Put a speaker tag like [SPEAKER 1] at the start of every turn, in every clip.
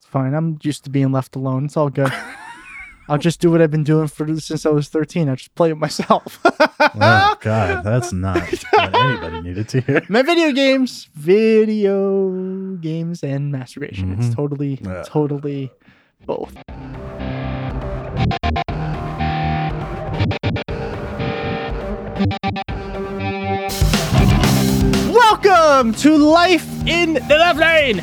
[SPEAKER 1] fine. I'm used to being left alone. It's all good. I'll just do what I've been doing for since I was 13. I just play with myself.
[SPEAKER 2] Oh God, that's not what anybody needed to hear.
[SPEAKER 1] My video games, video games, and masturbation. It's
[SPEAKER 2] Mhm.
[SPEAKER 1] totally,
[SPEAKER 2] Yeah.
[SPEAKER 1] totally both. Welcome to Life in the Love Lane.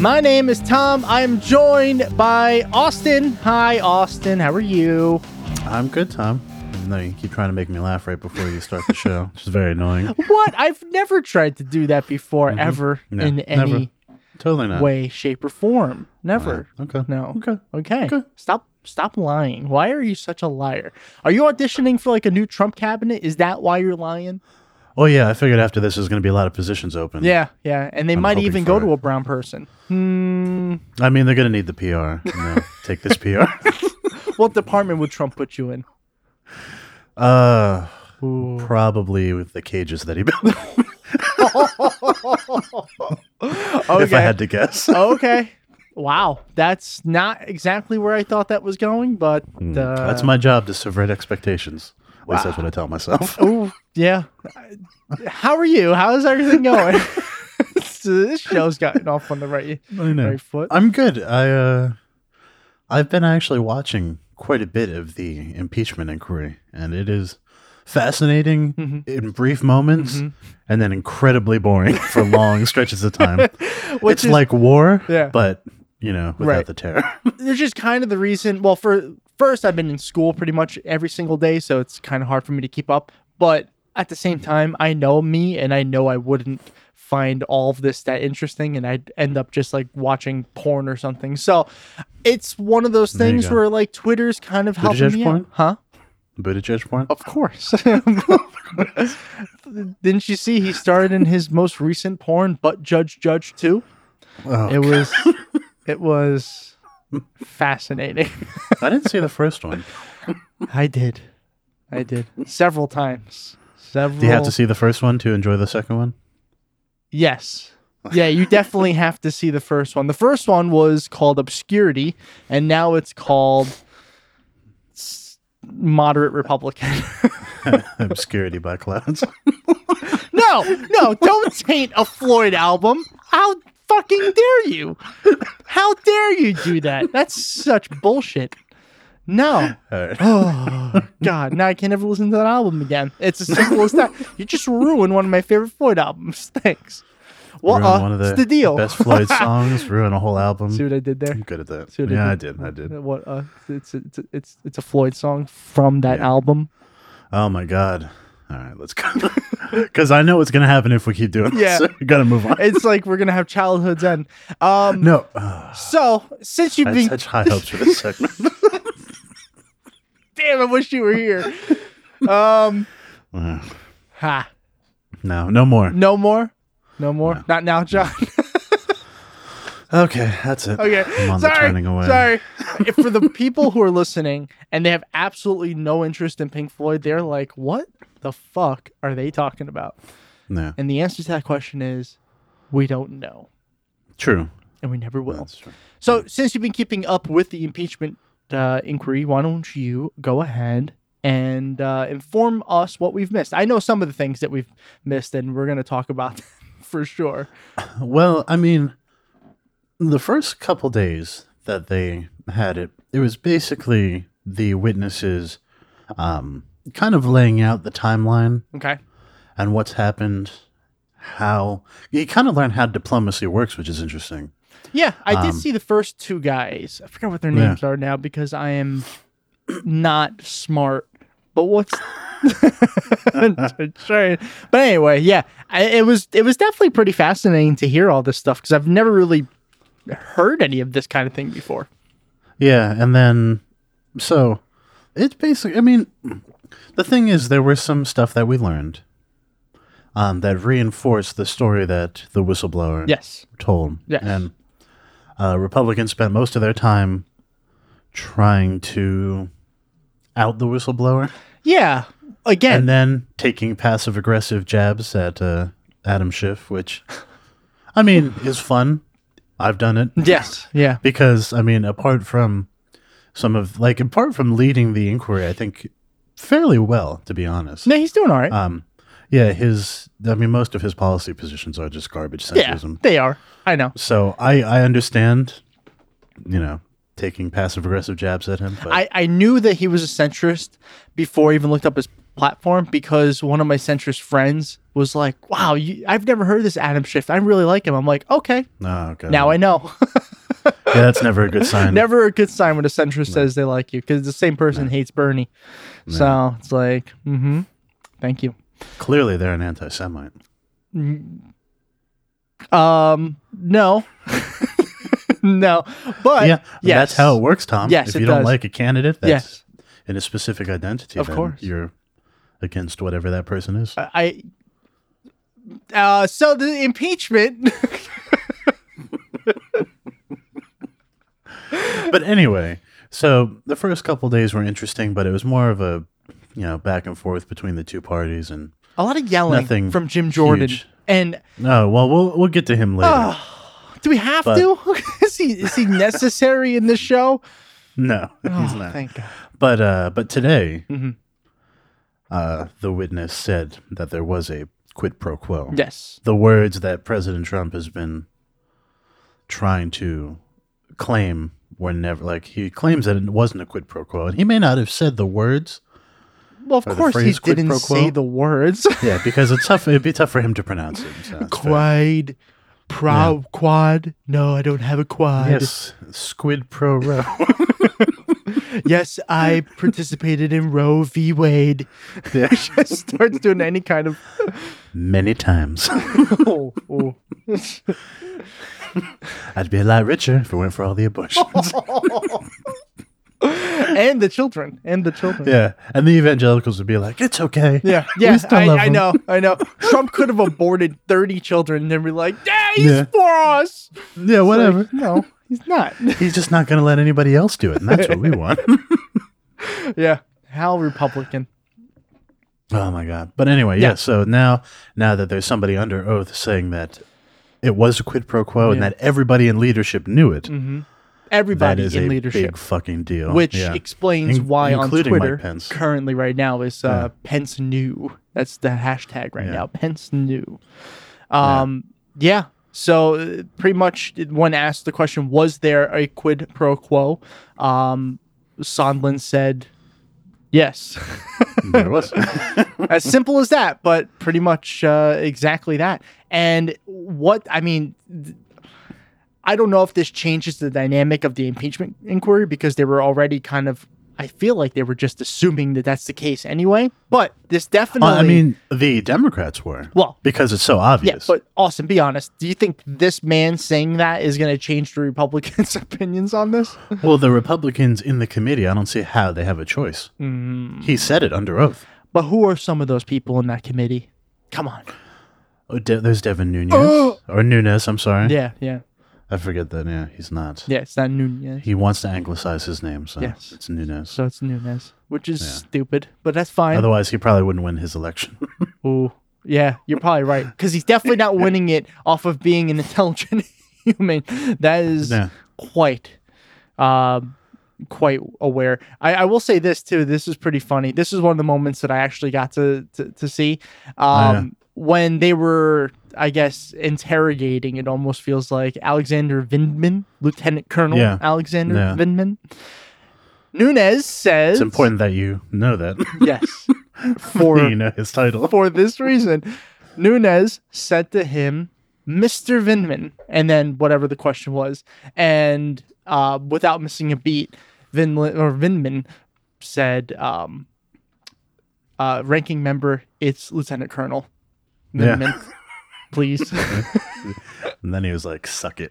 [SPEAKER 1] My name is Tom. I am joined by Austin. Hi, Austin. How are you?
[SPEAKER 2] I'm good, Tom. Even though you keep trying to make me laugh right before you start the show, which is very annoying.
[SPEAKER 1] What? I've never tried to do that before, ever,
[SPEAKER 2] No,
[SPEAKER 1] in any
[SPEAKER 2] Mm-hmm. never. Totally not.
[SPEAKER 1] way, shape, or form. Never.
[SPEAKER 2] Wow. Okay.
[SPEAKER 1] No.
[SPEAKER 2] Okay.
[SPEAKER 1] Okay.
[SPEAKER 2] Okay.
[SPEAKER 1] Stop. Stop lying. Why are you such a liar? Are you auditioning for like a new Trump cabinet? Is that why you're lying?
[SPEAKER 2] Oh yeah, I figured after this there's going to be a lot of positions open.
[SPEAKER 1] Yeah, yeah. And they might
[SPEAKER 2] hoping
[SPEAKER 1] even
[SPEAKER 2] for
[SPEAKER 1] go
[SPEAKER 2] it.
[SPEAKER 1] to a brown person. Hmm.
[SPEAKER 2] I mean, they're going to need the PR. You know, take this PR.
[SPEAKER 1] What department would Trump put you in?
[SPEAKER 2] Uh,
[SPEAKER 1] Ooh.
[SPEAKER 2] probably with the cages that he built.
[SPEAKER 1] Okay.
[SPEAKER 2] If I had to guess.
[SPEAKER 1] Oh, okay. Wow. That's not exactly where I thought that was going, but uh,
[SPEAKER 2] Hmm. That's my job to subvert expectations. At least that's what I tell myself.
[SPEAKER 1] Oh yeah. How are you? How's everything going? So this show's gotten off on the right,
[SPEAKER 2] I know.
[SPEAKER 1] right foot.
[SPEAKER 2] I'm good. I uh, I've been actually watching quite a bit of the impeachment inquiry, and it is fascinating
[SPEAKER 1] Mm-hmm.
[SPEAKER 2] in brief moments, and then incredibly boring for long stretches of time.
[SPEAKER 1] Which
[SPEAKER 2] it's
[SPEAKER 1] is-
[SPEAKER 2] like war,
[SPEAKER 1] Yeah.
[SPEAKER 2] but you know, without
[SPEAKER 1] Right.
[SPEAKER 2] the terror.
[SPEAKER 1] there's just kind of the reason. Well, for first, I've been in school pretty much every single day, so it's kind of hard for me to keep up. But at the same time, I know me, and I know I wouldn't find all of this that interesting, and I'd end up just like watching porn or something. So it's one of those
[SPEAKER 2] There you
[SPEAKER 1] things
[SPEAKER 2] go.
[SPEAKER 1] where like Twitter's kind of helping
[SPEAKER 2] judge
[SPEAKER 1] me
[SPEAKER 2] porn?
[SPEAKER 1] out, huh?
[SPEAKER 2] Buttigieg porn.
[SPEAKER 1] Of course. Didn't you see he starred in his most recent porn, But Judge Judge Two?
[SPEAKER 2] Oh,
[SPEAKER 1] It was, it was fascinating.
[SPEAKER 2] I didn't see the first one.
[SPEAKER 1] I did. I did. Several times. Several.
[SPEAKER 2] Do you have to see the first one to enjoy the second one?
[SPEAKER 1] Yes. Yeah, you definitely have to see the first one. The first one was called Obscurity, and now it's called s- Moderate Republican.
[SPEAKER 2] Obscurity by clouds.
[SPEAKER 1] no, no, don't taint a Floyd album. How fucking dare you? How dare you do that? That's such bullshit. No.
[SPEAKER 2] All right.
[SPEAKER 1] Oh God! Now I can't ever listen to that album again. It's as simple as that. You just ruined one of my favorite Floyd albums. Thanks. Well,
[SPEAKER 2] ruin
[SPEAKER 1] uh,
[SPEAKER 2] one of the,
[SPEAKER 1] it's the deal.
[SPEAKER 2] best Floyd songs. Ruin a whole album.
[SPEAKER 1] See what I did there?
[SPEAKER 2] I'm good at that.
[SPEAKER 1] See what
[SPEAKER 2] yeah, I did. I did.
[SPEAKER 1] What? Uh, it's, it's it's it's a Floyd song from that album.
[SPEAKER 2] Oh my god. All right, let's go. Because I know what's gonna happen if we keep doing
[SPEAKER 1] Yeah.
[SPEAKER 2] this. We gotta move on.
[SPEAKER 1] It's like we're gonna have childhoods end. Um.
[SPEAKER 2] no, Ah,
[SPEAKER 1] So since you've
[SPEAKER 2] I
[SPEAKER 1] been,
[SPEAKER 2] had such high hopes for this segment.
[SPEAKER 1] damn, I wish you were here. Um.
[SPEAKER 2] Ah,
[SPEAKER 1] Ha.
[SPEAKER 2] no, no more.
[SPEAKER 1] No more. No more. Not now, John.
[SPEAKER 2] Okay, that's it.
[SPEAKER 1] Okay.
[SPEAKER 2] I'm on
[SPEAKER 1] sorry.
[SPEAKER 2] the turning away.
[SPEAKER 1] Sorry. if for the people who are listening and they have absolutely no interest in Pink Floyd, they're like, what the fuck are they talking about?
[SPEAKER 2] No,
[SPEAKER 1] And the answer to that question is, we don't know.
[SPEAKER 2] true.
[SPEAKER 1] And we never will.
[SPEAKER 2] That's true.
[SPEAKER 1] So, since you've been keeping up with the impeachment uh, inquiry, why don't you go ahead and uh, inform us what we've missed? I know some of the things that we've missed, and we're going to talk about them for sure.
[SPEAKER 2] Well, I mean, the first couple days that they had it, it was basically the witnesses, um, kind of laying out the timeline
[SPEAKER 1] Okay.
[SPEAKER 2] and what's happened, how you kind of learn how diplomacy works, which is interesting.
[SPEAKER 1] Yeah, I did
[SPEAKER 2] Um,
[SPEAKER 1] see the first two guys. I forgot what their
[SPEAKER 2] Yeah.
[SPEAKER 1] names are now because I am not smart. But what's Sorry. But anyway, yeah, I, it was it was definitely pretty fascinating to hear all this stuff because I've never really heard any of this kind of thing before.
[SPEAKER 2] Yeah, and then so it's basically. I mean, the thing is, there was some stuff that we learned um, that reinforced the story that the whistleblower
[SPEAKER 1] Yes.
[SPEAKER 2] told.
[SPEAKER 1] Yes.
[SPEAKER 2] And uh, Republicans spent most of their time trying to out the whistleblower,
[SPEAKER 1] Yeah. Again,
[SPEAKER 2] and then taking passive aggressive jabs at uh, Adam Schiff, which I mean is fun. I've done it
[SPEAKER 1] Yes. Yeah.
[SPEAKER 2] because I mean, apart from some of like apart from leading the inquiry, I think fairly well, to be honest.
[SPEAKER 1] No, he's doing all right.
[SPEAKER 2] Um, yeah, his I mean, most of his policy positions are just garbage
[SPEAKER 1] yeah,
[SPEAKER 2] centrism.
[SPEAKER 1] they are. I know.
[SPEAKER 2] So I I understand, you know, taking passive aggressive jabs at him. But
[SPEAKER 1] I, I knew that he was a centrist before I even looked up his platform because one of my centrist friends was like, "Wow, you, I've never heard of this Adam Schiff. I really like him." I'm like, "Okay,
[SPEAKER 2] no, okay.
[SPEAKER 1] now I know."
[SPEAKER 2] yeah, that's never a good sign.
[SPEAKER 1] never a good sign when a centrist says they like you because the same person hates Bernie. So it's like, mm-hmm, thank you.
[SPEAKER 2] Clearly, they're an anti-Semite.
[SPEAKER 1] Um, no, no, but
[SPEAKER 2] yeah,
[SPEAKER 1] yes.
[SPEAKER 2] that's how it works, Tom.
[SPEAKER 1] Yes,
[SPEAKER 2] if
[SPEAKER 1] it
[SPEAKER 2] you don't
[SPEAKER 1] does.
[SPEAKER 2] like a candidate, that's
[SPEAKER 1] Yes.
[SPEAKER 2] in a specific identity,
[SPEAKER 1] Of
[SPEAKER 2] then
[SPEAKER 1] course.
[SPEAKER 2] you're against whatever that person is.
[SPEAKER 1] I. Uh, so the impeachment.
[SPEAKER 2] but anyway, so the first couple days were interesting, but it was more of a you know back and forth between the two parties, and
[SPEAKER 1] A lot of yelling
[SPEAKER 2] Nothing
[SPEAKER 1] from Jim Jordan.
[SPEAKER 2] huge.
[SPEAKER 1] And
[SPEAKER 2] no, well, we'll we'll get to him later.
[SPEAKER 1] Ah. do we have
[SPEAKER 2] But-
[SPEAKER 1] to? is he is he necessary in this show?
[SPEAKER 2] no, he's
[SPEAKER 1] Oh,
[SPEAKER 2] not.
[SPEAKER 1] Thank God.
[SPEAKER 2] But uh, but today,
[SPEAKER 1] Mhm.
[SPEAKER 2] uh, the witness said that there was a quid pro quo.
[SPEAKER 1] Yes.
[SPEAKER 2] the words that President Trump has been trying to claim were never like he claims that it wasn't a quid pro quo, and he may not have said the words.
[SPEAKER 1] Well, of
[SPEAKER 2] Or the
[SPEAKER 1] course he
[SPEAKER 2] phrase quid
[SPEAKER 1] didn't
[SPEAKER 2] pro quo?
[SPEAKER 1] say the words.
[SPEAKER 2] Yeah, because it's tough. It'd be tough for him to pronounce it. so it's fair.
[SPEAKER 1] Quad, pro, quad. No, I don't have a quad.
[SPEAKER 2] Yes, squid pro row.
[SPEAKER 1] Yes, I participated in Roe v. Wade.
[SPEAKER 2] Yeah.
[SPEAKER 1] Just starts doing any kind of.
[SPEAKER 2] Many times,
[SPEAKER 1] Oh, oh.
[SPEAKER 2] I'd be a lot richer if it weren't for all the abortions.
[SPEAKER 1] and the children, and the children.
[SPEAKER 2] yeah, and the evangelicals would be like, "It's okay."
[SPEAKER 1] Yeah,
[SPEAKER 2] We
[SPEAKER 1] yeah,
[SPEAKER 2] still
[SPEAKER 1] I,
[SPEAKER 2] love
[SPEAKER 1] I
[SPEAKER 2] 'em."
[SPEAKER 1] know, I know. Trump could have aborted 30 children and then be like, yeah, he's
[SPEAKER 2] Yeah.
[SPEAKER 1] for us.
[SPEAKER 2] Yeah, whatever.
[SPEAKER 1] Like, no, he's not.
[SPEAKER 2] He's just not going to let anybody else do it, and that's what we want.
[SPEAKER 1] yeah, how Republican.
[SPEAKER 2] Oh my god! But anyway, yeah.
[SPEAKER 1] Yeah.
[SPEAKER 2] So now, now that there's somebody under oath saying that it was a quid pro quo and
[SPEAKER 1] Yeah.
[SPEAKER 2] that everybody in leadership knew it, that
[SPEAKER 1] Everybody
[SPEAKER 2] is
[SPEAKER 1] in
[SPEAKER 2] a
[SPEAKER 1] leadership,
[SPEAKER 2] big fucking deal.
[SPEAKER 1] which
[SPEAKER 2] Yeah.
[SPEAKER 1] explains
[SPEAKER 2] In-
[SPEAKER 1] why on
[SPEAKER 2] including Mike
[SPEAKER 1] Twitter
[SPEAKER 2] Pence.
[SPEAKER 1] currently right now is uh, Pence new. That's the hashtag right
[SPEAKER 2] Yeah.
[SPEAKER 1] now, Pence new. Um, yeah. So uh, pretty much, when asked the question, was there a quid pro quo? Um, Sondland said yes.
[SPEAKER 2] there was.
[SPEAKER 1] as simple as that, but pretty much uh, exactly that. And what I mean, th- I don't know if this changes the dynamic of the impeachment inquiry because they were already kind of. I feel like they were just assuming that that's the case anyway. But this definitely.
[SPEAKER 2] well, I mean, the Democrats were
[SPEAKER 1] Well-
[SPEAKER 2] because it's so
[SPEAKER 1] yeah.
[SPEAKER 2] obvious.
[SPEAKER 1] But Austin, be honest. Do you think this man saying that is going to change the Republicans' opinions on this?
[SPEAKER 2] well, the Republicans in the committee, I don't see how they have a choice.
[SPEAKER 1] Mm.
[SPEAKER 2] He said it under oath.
[SPEAKER 1] But who are some of those people in that committee? Come on.
[SPEAKER 2] Oh, De- there's Devin Nunez or Nunes. I'm sorry,
[SPEAKER 1] Yeah, yeah,
[SPEAKER 2] I forget that. Yeah, he's not.
[SPEAKER 1] yeah. It's not Nunez.
[SPEAKER 2] He wants to anglicize his name, so
[SPEAKER 1] Yes.
[SPEAKER 2] it's Nunes.
[SPEAKER 1] So it's Nunez, which is stupid, but that's fine.
[SPEAKER 2] Otherwise, he probably wouldn't win his election.
[SPEAKER 1] Ooh, yeah, you're probably right because he's definitely not winning it off of being an intelligent human. That is
[SPEAKER 2] Yeah.
[SPEAKER 1] quite, um, quite aware. I, I will say this too. This is pretty funny. This is one of the moments that I actually got to to, to see um,
[SPEAKER 2] Oh, yeah.
[SPEAKER 1] when they were. I guess interrogating it almost feels like Alexander Vindman, Lieutenant Colonel
[SPEAKER 2] Yeah.
[SPEAKER 1] Alexander
[SPEAKER 2] Yeah.
[SPEAKER 1] Vindman. Nunez says
[SPEAKER 2] It's important that you know that.
[SPEAKER 1] Yes. For
[SPEAKER 2] you know his title.
[SPEAKER 1] for this reason, Nunez said to him, Mr. Vinman, and then whatever the question was. And uh, without missing a beat, Vinlin or Vinman said, um, uh, ranking member, it's Lieutenant Colonel.
[SPEAKER 2] Yeah.
[SPEAKER 1] Vinman, please.
[SPEAKER 2] And then he was like, suck it.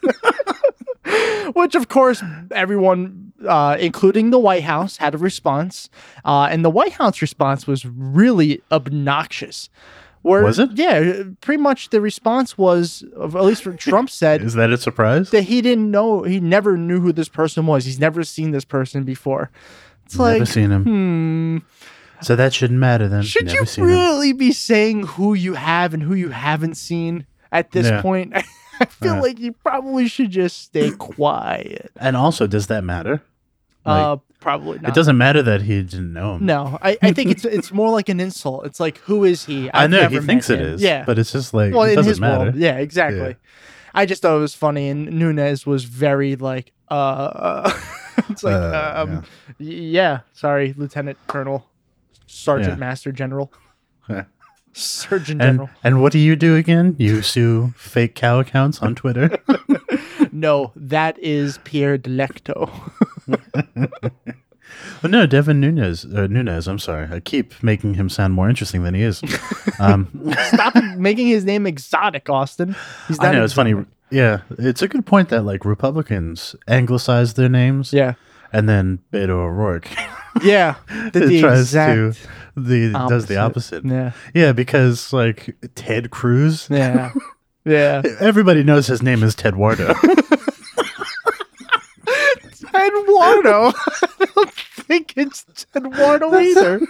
[SPEAKER 1] Which, of course, everyone, uh, including the White House, had a response. Uh, and the White House response was really obnoxious. Where,
[SPEAKER 2] Was it?
[SPEAKER 1] Yeah. Pretty much the response was, of- at least what Trump said,
[SPEAKER 2] Is that a surprise?
[SPEAKER 1] that he didn't know, he never knew who this person was. He's never seen this person before. It's
[SPEAKER 2] Never
[SPEAKER 1] like,
[SPEAKER 2] seen him.
[SPEAKER 1] hmm,
[SPEAKER 2] So that shouldn't matter then.
[SPEAKER 1] should
[SPEAKER 2] Never
[SPEAKER 1] you
[SPEAKER 2] seen him.
[SPEAKER 1] really be saying who you have and who you haven't seen at this
[SPEAKER 2] Yeah.
[SPEAKER 1] point? I feel
[SPEAKER 2] Yeah.
[SPEAKER 1] like you probably should just stay quiet.
[SPEAKER 2] And also, does that matter? Like,
[SPEAKER 1] uh, probably not.
[SPEAKER 2] It doesn't matter that he didn't know him.
[SPEAKER 1] No, I, I think it's it's more like an insult. It's like who is he?
[SPEAKER 2] I
[SPEAKER 1] I've
[SPEAKER 2] know he
[SPEAKER 1] never
[SPEAKER 2] thinks
[SPEAKER 1] met
[SPEAKER 2] it
[SPEAKER 1] him.
[SPEAKER 2] is.
[SPEAKER 1] Yeah,
[SPEAKER 2] But it's just like
[SPEAKER 1] well,
[SPEAKER 2] it
[SPEAKER 1] in
[SPEAKER 2] doesn't
[SPEAKER 1] his
[SPEAKER 2] matter.
[SPEAKER 1] world, yeah, exactly. I just thought it was funny, and Nunez was very like, uh, uh it's like,
[SPEAKER 2] Uh,
[SPEAKER 1] um, yeah. yeah, sorry, Lieutenant Colonel, Sergeant
[SPEAKER 2] Yeah.
[SPEAKER 1] Master General,
[SPEAKER 2] Yeah.
[SPEAKER 1] Surgeon
[SPEAKER 2] And
[SPEAKER 1] General.
[SPEAKER 2] and what do you do again? You sue fake cow accounts on Twitter.
[SPEAKER 1] no, that is Pierre Delecto.
[SPEAKER 2] But Oh, no, Devin Nunez. Uh, Nunez. I'm sorry. I keep making him sound more interesting than he is. Um,
[SPEAKER 1] Stop making his name exotic, Austin. He's
[SPEAKER 2] I
[SPEAKER 1] not
[SPEAKER 2] know it's funny. Yeah, it's a good point that like Republicans anglicize their names,
[SPEAKER 1] Yeah,
[SPEAKER 2] and then Beto O'Rourke
[SPEAKER 1] yeah, did the exact.
[SPEAKER 2] the does the opposite. Yeah.
[SPEAKER 1] Yeah,
[SPEAKER 2] because like Ted Cruz,
[SPEAKER 1] yeah, yeah.
[SPEAKER 2] everybody knows his name is Ted Wardo.
[SPEAKER 1] Eduardo. I don't think it's Eduardo either.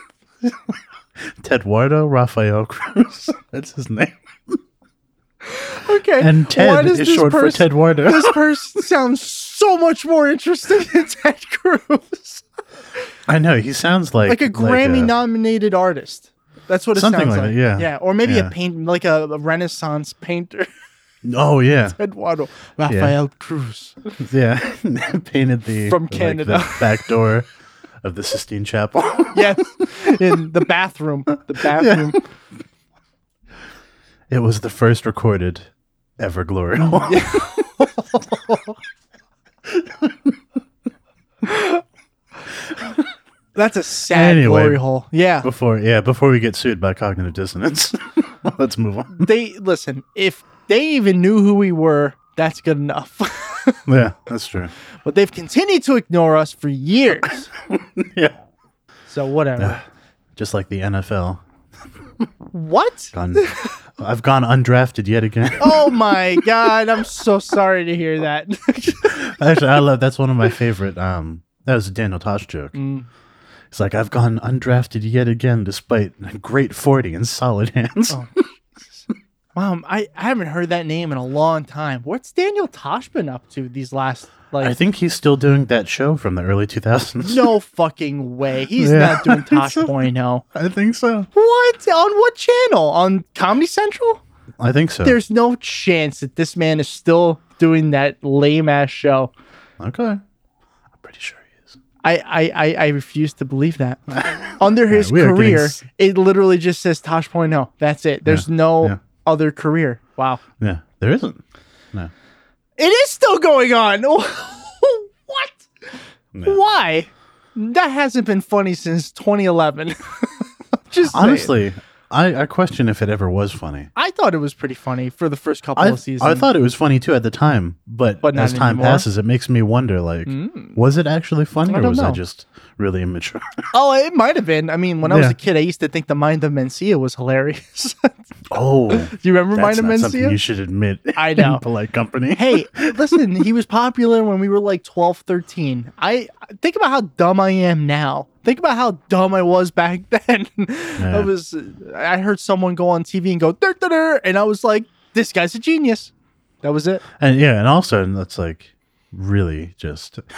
[SPEAKER 2] Ted Wardo Rafael Cruz. That's his name.
[SPEAKER 1] Okay.
[SPEAKER 2] And Ted is
[SPEAKER 1] this
[SPEAKER 2] short for
[SPEAKER 1] person-
[SPEAKER 2] Ted Wardo.
[SPEAKER 1] This person sounds so much more interesting than Ted Cruz.
[SPEAKER 2] I know he sounds like
[SPEAKER 1] like a Grammy
[SPEAKER 2] a- uh,
[SPEAKER 1] nominated artist. That's what it
[SPEAKER 2] Something
[SPEAKER 1] sounds
[SPEAKER 2] like
[SPEAKER 1] like.
[SPEAKER 2] that, yeah.
[SPEAKER 1] Yeah. Or maybe
[SPEAKER 2] Yeah.
[SPEAKER 1] a paint like a, a Renaissance painter.
[SPEAKER 2] Oh yeah,
[SPEAKER 1] Eduardo Rafael Cruz.
[SPEAKER 2] yeah. painted the
[SPEAKER 1] From
[SPEAKER 2] like, the
[SPEAKER 1] Canada.
[SPEAKER 2] back door of the Sistine Chapel.
[SPEAKER 1] Yes. In the bathroom. The bathroom.
[SPEAKER 2] It was the first recorded ever glory hole.
[SPEAKER 1] That's a sad
[SPEAKER 2] Anyway.
[SPEAKER 1] glory hole. Yeah.
[SPEAKER 2] before yeah, before we get sued by cognitive dissonance. Let's move on.
[SPEAKER 1] They listen, if they even knew who we were, that's good enough.
[SPEAKER 2] Yeah, that's true.
[SPEAKER 1] but they've continued to ignore us for years.
[SPEAKER 2] Yeah.
[SPEAKER 1] So whatever.
[SPEAKER 2] Just like the NFL.
[SPEAKER 1] what?
[SPEAKER 2] Gone, I've gone undrafted yet again.
[SPEAKER 1] Oh my god, I'm so sorry to hear that.
[SPEAKER 2] Actually, I love that's one of my favorite um that was a Daniel Tosh joke.
[SPEAKER 1] Mm.
[SPEAKER 2] It's like I've gone undrafted yet again despite a great 40 and solid hands.
[SPEAKER 1] Oh. Mom, I, I haven't heard that name in a long time. What's Daniel Tosh been up to these last like
[SPEAKER 2] I think he's still doing that show from the early 2000s.
[SPEAKER 1] no fucking way. He's
[SPEAKER 2] Yeah.
[SPEAKER 1] not doing Tosh Point oh.
[SPEAKER 2] I think so.
[SPEAKER 1] What? On what channel? On Comedy Central?
[SPEAKER 2] I think so.
[SPEAKER 1] There's no chance that this man is still doing that lame ass show.
[SPEAKER 2] okay. I'm pretty sure he is.
[SPEAKER 1] I, I, I, I refuse to believe that. Under his
[SPEAKER 2] we are getting
[SPEAKER 1] career,
[SPEAKER 2] s-
[SPEAKER 1] it literally just says Tosh Point oh. That's it. There's no
[SPEAKER 2] yeah.
[SPEAKER 1] other career. Wow.
[SPEAKER 2] Yeah, there isn't. No.
[SPEAKER 1] It is still going on. what?
[SPEAKER 2] No.
[SPEAKER 1] Why? That hasn't been funny since 2011. Just saying.
[SPEAKER 2] Honestly, I, I question if it ever was funny.
[SPEAKER 1] I thought it was pretty funny for the first couple
[SPEAKER 2] I,
[SPEAKER 1] of seasons.
[SPEAKER 2] I thought it was funny too at the time, but,
[SPEAKER 1] But not
[SPEAKER 2] as time
[SPEAKER 1] anymore? Hmm.
[SPEAKER 2] passes, it makes me wonder like, was it actually funny
[SPEAKER 1] I
[SPEAKER 2] or
[SPEAKER 1] don't
[SPEAKER 2] was I
[SPEAKER 1] know.
[SPEAKER 2] just really immature?
[SPEAKER 1] oh, it might have been. I mean, when I was
[SPEAKER 2] Yeah.
[SPEAKER 1] a kid, I used to think the Mind of Mencia was hilarious.
[SPEAKER 2] oh,
[SPEAKER 1] Do you remember
[SPEAKER 2] that's not
[SPEAKER 1] Mind of
[SPEAKER 2] something you
[SPEAKER 1] Mencia?
[SPEAKER 2] should admit.
[SPEAKER 1] I know.
[SPEAKER 2] in polite company.
[SPEAKER 1] hey, listen, he was popular when we were like 12, 13. I think about how dumb I am now. Think about how dumb I was back then. I was I heard someone go on TV and go "Dur, dur, dur," and I was like, this guy's a genius. That was it.
[SPEAKER 2] and yeah, and also, and that's like really just.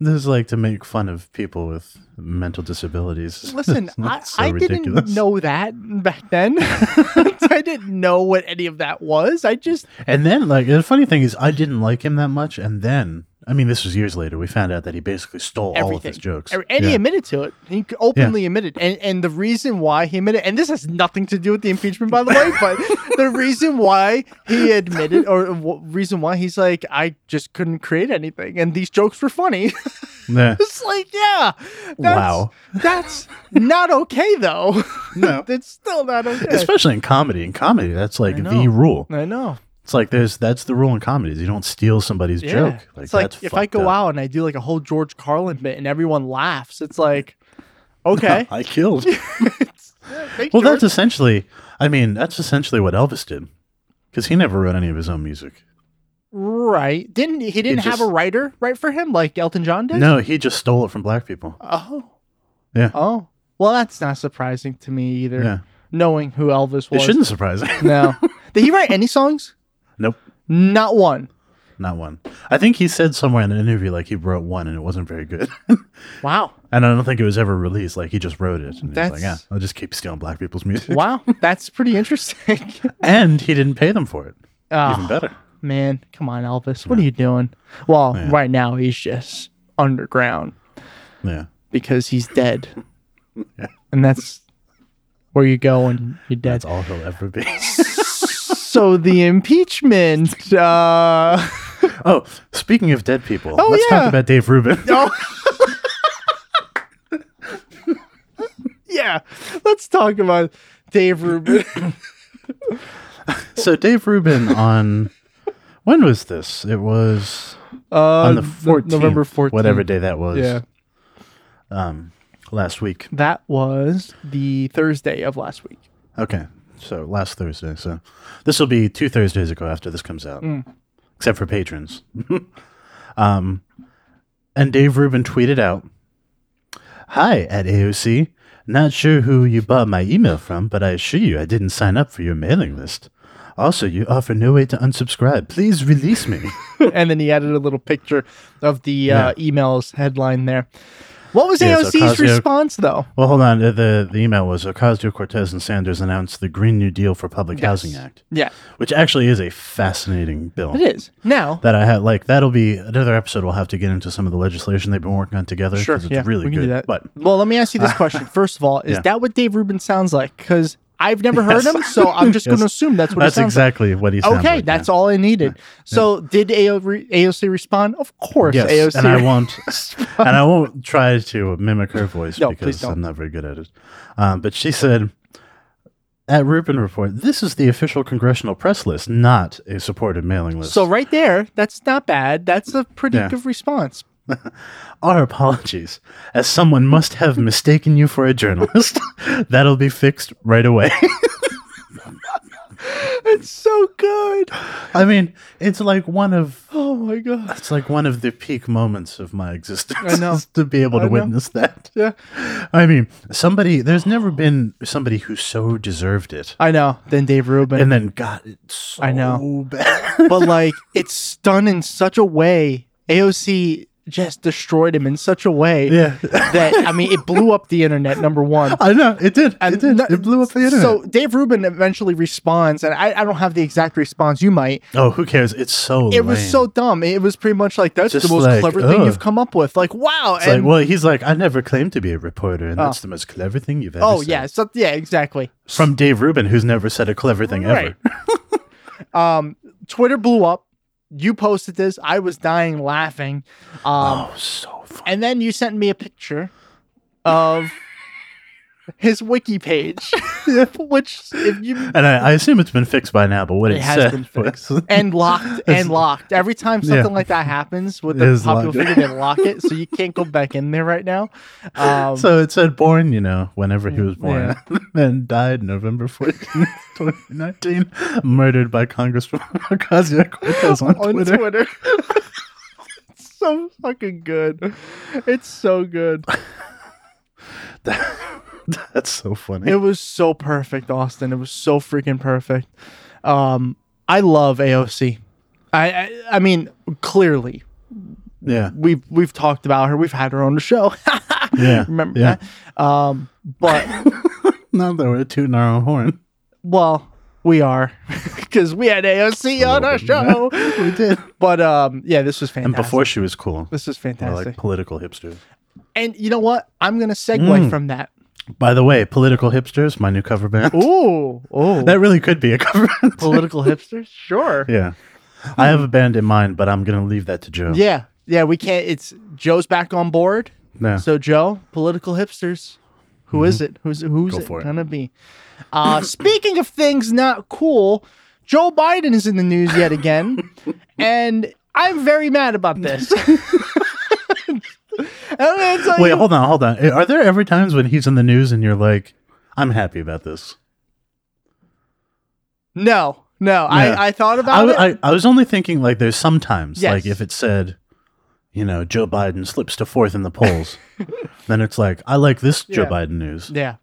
[SPEAKER 2] This is like to make fun of people with mental disabilities.
[SPEAKER 1] Listen,
[SPEAKER 2] It's
[SPEAKER 1] I,
[SPEAKER 2] so
[SPEAKER 1] I didn't
[SPEAKER 2] ridiculous.
[SPEAKER 1] know that back then. I didn't know what any of that was. I just
[SPEAKER 2] And then, like, the funny thing is, I didn't like him that much. And then, I mean, this was years later. We found out that he basically stole all of
[SPEAKER 1] everything.
[SPEAKER 2] his jokes.
[SPEAKER 1] And he
[SPEAKER 2] Yeah.
[SPEAKER 1] admitted to it. He openly admitted. And and the reason why he admitted and this has nothing to do with the impeachment by the way, but the reason why he admitted or w- reason why he's like I just couldn't create anything and these jokes were funny.
[SPEAKER 2] Yeah.
[SPEAKER 1] it's like, yeah. That's,
[SPEAKER 2] Wow.
[SPEAKER 1] That's not okay though.
[SPEAKER 2] No.
[SPEAKER 1] it's still not okay.
[SPEAKER 2] Especially in comedy. In comedy, that's like
[SPEAKER 1] I
[SPEAKER 2] the
[SPEAKER 1] know.
[SPEAKER 2] rule.
[SPEAKER 1] I know.
[SPEAKER 2] It's like there's that's the rule in comedies. You don't steal somebody's joke. Like,
[SPEAKER 1] it's like
[SPEAKER 2] that's
[SPEAKER 1] if I
[SPEAKER 2] fucked
[SPEAKER 1] go
[SPEAKER 2] up.
[SPEAKER 1] out and I do like a whole George Carlin bit and everyone laughs, it's like, okay.
[SPEAKER 2] I killed.
[SPEAKER 1] Thanks,
[SPEAKER 2] well,
[SPEAKER 1] George.
[SPEAKER 2] that's essentially. I mean, that's essentially what Elvis did, because he never wrote any of his own music.
[SPEAKER 1] right. Didn't he didn't have
[SPEAKER 2] just-
[SPEAKER 1] a writer write for him like Elton John did?
[SPEAKER 2] No, he just stole it from black people.
[SPEAKER 1] Oh.
[SPEAKER 2] Yeah.
[SPEAKER 1] Oh. Well, that's not surprising to me either.
[SPEAKER 2] Yeah,
[SPEAKER 1] Knowing who Elvis
[SPEAKER 2] it
[SPEAKER 1] was.
[SPEAKER 2] shouldn't surprise me.
[SPEAKER 1] No. did he write any songs?
[SPEAKER 2] nope.
[SPEAKER 1] Not one.
[SPEAKER 2] Not one. I think he said somewhere in an interview like he wrote one and it wasn't very good.
[SPEAKER 1] Wow.
[SPEAKER 2] and I don't think it was ever released. Like he just wrote it. And he's like,
[SPEAKER 1] That's-
[SPEAKER 2] yeah, I'll just keep stealing black people's music.
[SPEAKER 1] Wow. That's pretty interesting.
[SPEAKER 2] And he didn't pay them for it. Even
[SPEAKER 1] Ah,
[SPEAKER 2] better.
[SPEAKER 1] man, come on, Elvis. What are you doing? Well,
[SPEAKER 2] Yeah.
[SPEAKER 1] right now he's just underground
[SPEAKER 2] Yeah.
[SPEAKER 1] because he's dead. And that's where you go when you're dead.
[SPEAKER 2] That's all he'll ever be.
[SPEAKER 1] so the impeachment. Uh,
[SPEAKER 2] oh, speaking of dead people,
[SPEAKER 1] Oh,
[SPEAKER 2] let's
[SPEAKER 1] yeah.
[SPEAKER 2] talk about Dave Rubin.
[SPEAKER 1] yeah, let's talk about Dave Rubin.
[SPEAKER 2] so Dave Rubin on when was this? It was
[SPEAKER 1] Uh,
[SPEAKER 2] on the 14th,
[SPEAKER 1] November 14th.
[SPEAKER 2] whatever day that was.
[SPEAKER 1] Yeah.
[SPEAKER 2] Um, last week.
[SPEAKER 1] That was the Thursday of last week.
[SPEAKER 2] Okay, so last Thursday. So this will be two Thursdays ago after this comes out, except for patrons. um, and Dave Rubin tweeted out, "Hi at AOC. Not sure who you bought my email from, but I assure you I didn't sign up for your mailing list. Also, you offer no way to unsubscribe. Please release me."
[SPEAKER 1] and then he added a little picture of the uh, emails headline there. What was
[SPEAKER 2] Yes,
[SPEAKER 1] AOC's
[SPEAKER 2] Ocasio-
[SPEAKER 1] response though?
[SPEAKER 2] well, hold on. Uh, The the email was Ocasio Cortez and Sanders announced the Green New Deal for Public Housing Act,
[SPEAKER 1] Yeah,
[SPEAKER 2] which actually is a fascinating bill.
[SPEAKER 1] it is now.
[SPEAKER 2] that I had like that'll be another episode. We'll have to get into some of the legislation they've been working on together. 'cause
[SPEAKER 1] Sure,
[SPEAKER 2] it's
[SPEAKER 1] yeah,
[SPEAKER 2] really
[SPEAKER 1] we can
[SPEAKER 2] good.
[SPEAKER 1] do that.
[SPEAKER 2] But
[SPEAKER 1] well, let me ask you this question first of all: Is
[SPEAKER 2] Yeah.
[SPEAKER 1] that what Dave Rubin sounds like? Because I've never heard
[SPEAKER 2] Yes.
[SPEAKER 1] him, so I'm just going to
[SPEAKER 2] Yes.
[SPEAKER 1] assume that's what
[SPEAKER 2] that's
[SPEAKER 1] it sounds like.
[SPEAKER 2] exactly what he said.
[SPEAKER 1] Okay, that's all I needed. So did AO re- AOC respond? Of course,
[SPEAKER 2] Yes,
[SPEAKER 1] AOC.
[SPEAKER 2] and I won't, and I won't try to mimic her voice
[SPEAKER 1] No, please
[SPEAKER 2] because
[SPEAKER 1] don't.
[SPEAKER 2] I'm not very good at it. Um, but she said, "At Rubin Report, this is the official congressional press list, not a supported mailing list.
[SPEAKER 1] so right there, that's not bad. That's a pretty
[SPEAKER 2] Yeah.
[SPEAKER 1] good response.
[SPEAKER 2] Our apologies, as someone must have mistaken you for a journalist. That'll be fixed right away."
[SPEAKER 1] It's so good.
[SPEAKER 2] I mean, it's like one of
[SPEAKER 1] Oh my god.
[SPEAKER 2] It's like one of the peak moments of my existence.
[SPEAKER 1] I know.
[SPEAKER 2] is to be able to
[SPEAKER 1] know.
[SPEAKER 2] witness that.
[SPEAKER 1] Yeah.
[SPEAKER 2] I mean, somebody. There's never been somebody who so deserved it,
[SPEAKER 1] I know. Then Dave Rubin.
[SPEAKER 2] and then got it so
[SPEAKER 1] I know.
[SPEAKER 2] bad.
[SPEAKER 1] but like it's done in such a way. AOC just destroyed him in such a way
[SPEAKER 2] yeah,
[SPEAKER 1] that I mean it blew up the internet. Number one.
[SPEAKER 2] I know. It did.
[SPEAKER 1] And
[SPEAKER 2] it did.
[SPEAKER 1] no-
[SPEAKER 2] it blew up the internet.
[SPEAKER 1] So Dave Rubin eventually responds, and I, I don't have the exact response. You might.
[SPEAKER 2] oh, who cares? It's so.
[SPEAKER 1] It was
[SPEAKER 2] lame.
[SPEAKER 1] so dumb. It was pretty much like that's
[SPEAKER 2] Just
[SPEAKER 1] the most
[SPEAKER 2] like,
[SPEAKER 1] clever thing
[SPEAKER 2] ugh.
[SPEAKER 1] you've come up with. Like wow.
[SPEAKER 2] It's like, well, he's like, I never claimed to be a reporter, and that's the most clever thing you've ever.
[SPEAKER 1] Oh
[SPEAKER 2] said.
[SPEAKER 1] yeah, so, yeah, exactly.
[SPEAKER 2] from Dave Rubin, who's never said a clever thing ever.
[SPEAKER 1] um, Twitter blew up. You posted this. I was dying laughing. Um,
[SPEAKER 2] Oh, so fun.
[SPEAKER 1] and then you sent me a picture of his wiki page, which if you
[SPEAKER 2] And I, I assume it's been fixed by now, but what it,
[SPEAKER 1] it has
[SPEAKER 2] said
[SPEAKER 1] been fixed
[SPEAKER 2] was-
[SPEAKER 1] and locked and locked. Every time something
[SPEAKER 2] Yeah.
[SPEAKER 1] like that happens with
[SPEAKER 2] It
[SPEAKER 1] the
[SPEAKER 2] is
[SPEAKER 1] popular
[SPEAKER 2] locked.
[SPEAKER 1] figure, they lock it, so you can't go back in there right now. Um,
[SPEAKER 2] So it said born, you know, whenever he was born,
[SPEAKER 1] Mm, Yeah.
[SPEAKER 2] and died November 14th, 2019, murdered by Congresswoman Ocasio Cortez on,
[SPEAKER 1] on
[SPEAKER 2] Twitter.
[SPEAKER 1] Twitter. It's so fucking good. It's so good.
[SPEAKER 2] That's so funny.
[SPEAKER 1] It was so perfect, Austin. It was so freaking perfect. Um, I love AOC. I, I I mean, clearly
[SPEAKER 2] yeah.
[SPEAKER 1] we've we've talked about her. We've had her on the show.
[SPEAKER 2] Yeah.
[SPEAKER 1] Remember
[SPEAKER 2] yeah.
[SPEAKER 1] that? Um, but
[SPEAKER 2] Now that we're tooting our own horn.
[SPEAKER 1] well, we are because we had AOC on our show.
[SPEAKER 2] we did.
[SPEAKER 1] But um, yeah, this was
[SPEAKER 2] And
[SPEAKER 1] fantastic.
[SPEAKER 2] before she was cool,
[SPEAKER 1] this was
[SPEAKER 2] or
[SPEAKER 1] fantastic.
[SPEAKER 2] like political hipsters.
[SPEAKER 1] and you know what? I'm gonna segue
[SPEAKER 2] Mm.
[SPEAKER 1] from that.
[SPEAKER 2] By the way, political hipsters, my new cover band.
[SPEAKER 1] Ooh, oh,
[SPEAKER 2] That really could be a cover band.
[SPEAKER 1] political hipsters. Sure.
[SPEAKER 2] yeah. I have a band in mind, but I'm going to leave that to Joe.
[SPEAKER 1] Yeah, yeah, we can't. It's Joe's back on board.
[SPEAKER 2] Yeah. Mm-hmm.
[SPEAKER 1] So Joe, political hipsters, who is it? Who's who's
[SPEAKER 2] Go
[SPEAKER 1] it
[SPEAKER 2] for it.
[SPEAKER 1] gonna be? Uh, speaking of things not cool, Joe Biden is in the news yet again, and I'm very mad about this. And it's like-
[SPEAKER 2] Wait, hold on, hold on. Eh, Are there ever times when he's in the news and you're like, I'm happy about this?
[SPEAKER 1] no, no,
[SPEAKER 2] Yeah.
[SPEAKER 1] I, I thought
[SPEAKER 2] I,
[SPEAKER 1] about
[SPEAKER 2] w-
[SPEAKER 1] it.
[SPEAKER 2] I, I was only thinking like there's sometimes
[SPEAKER 1] Yes.
[SPEAKER 2] like if it said, you know, Joe Biden slips to fourth in the polls, then it's like I like this Joe
[SPEAKER 1] Yeah.
[SPEAKER 2] Biden news.
[SPEAKER 1] yeah,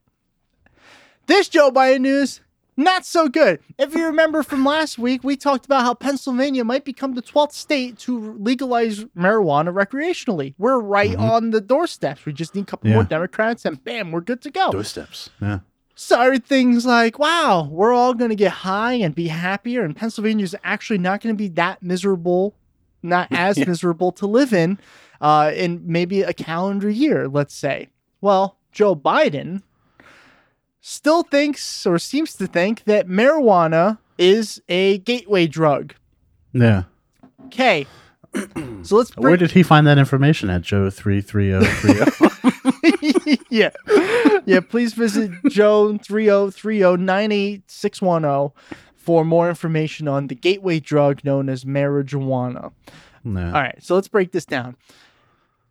[SPEAKER 1] this Joe Biden news Not so good. If you remember from last week, we talked about how Pennsylvania might become the 12th state to legalize marijuana recreationally. We're right
[SPEAKER 2] Mhm.
[SPEAKER 1] on the doorsteps. We just need a couple
[SPEAKER 2] Yeah.
[SPEAKER 1] more Democrats and bam, we're good to go.
[SPEAKER 2] Doorsteps. Yeah.
[SPEAKER 1] So everything's like, wow, we're all going to get high and be happier. And Pennsylvania's actually not going to be that miserable, not as
[SPEAKER 2] Yeah.
[SPEAKER 1] miserable to live in uh, in maybe a calendar year, let's say. Well, Joe Biden still thinks or seems to think that marijuana is a gateway drug.
[SPEAKER 2] Yeah.
[SPEAKER 1] Okay. So let's
[SPEAKER 2] Where
[SPEAKER 1] bring
[SPEAKER 2] did he find that information at Joe three three zero three oh? zero?
[SPEAKER 1] yeah. Yeah, please visit joan30309861 for more information on the gateway drug known as marijuana. All
[SPEAKER 2] No.
[SPEAKER 1] right, so let's break this down.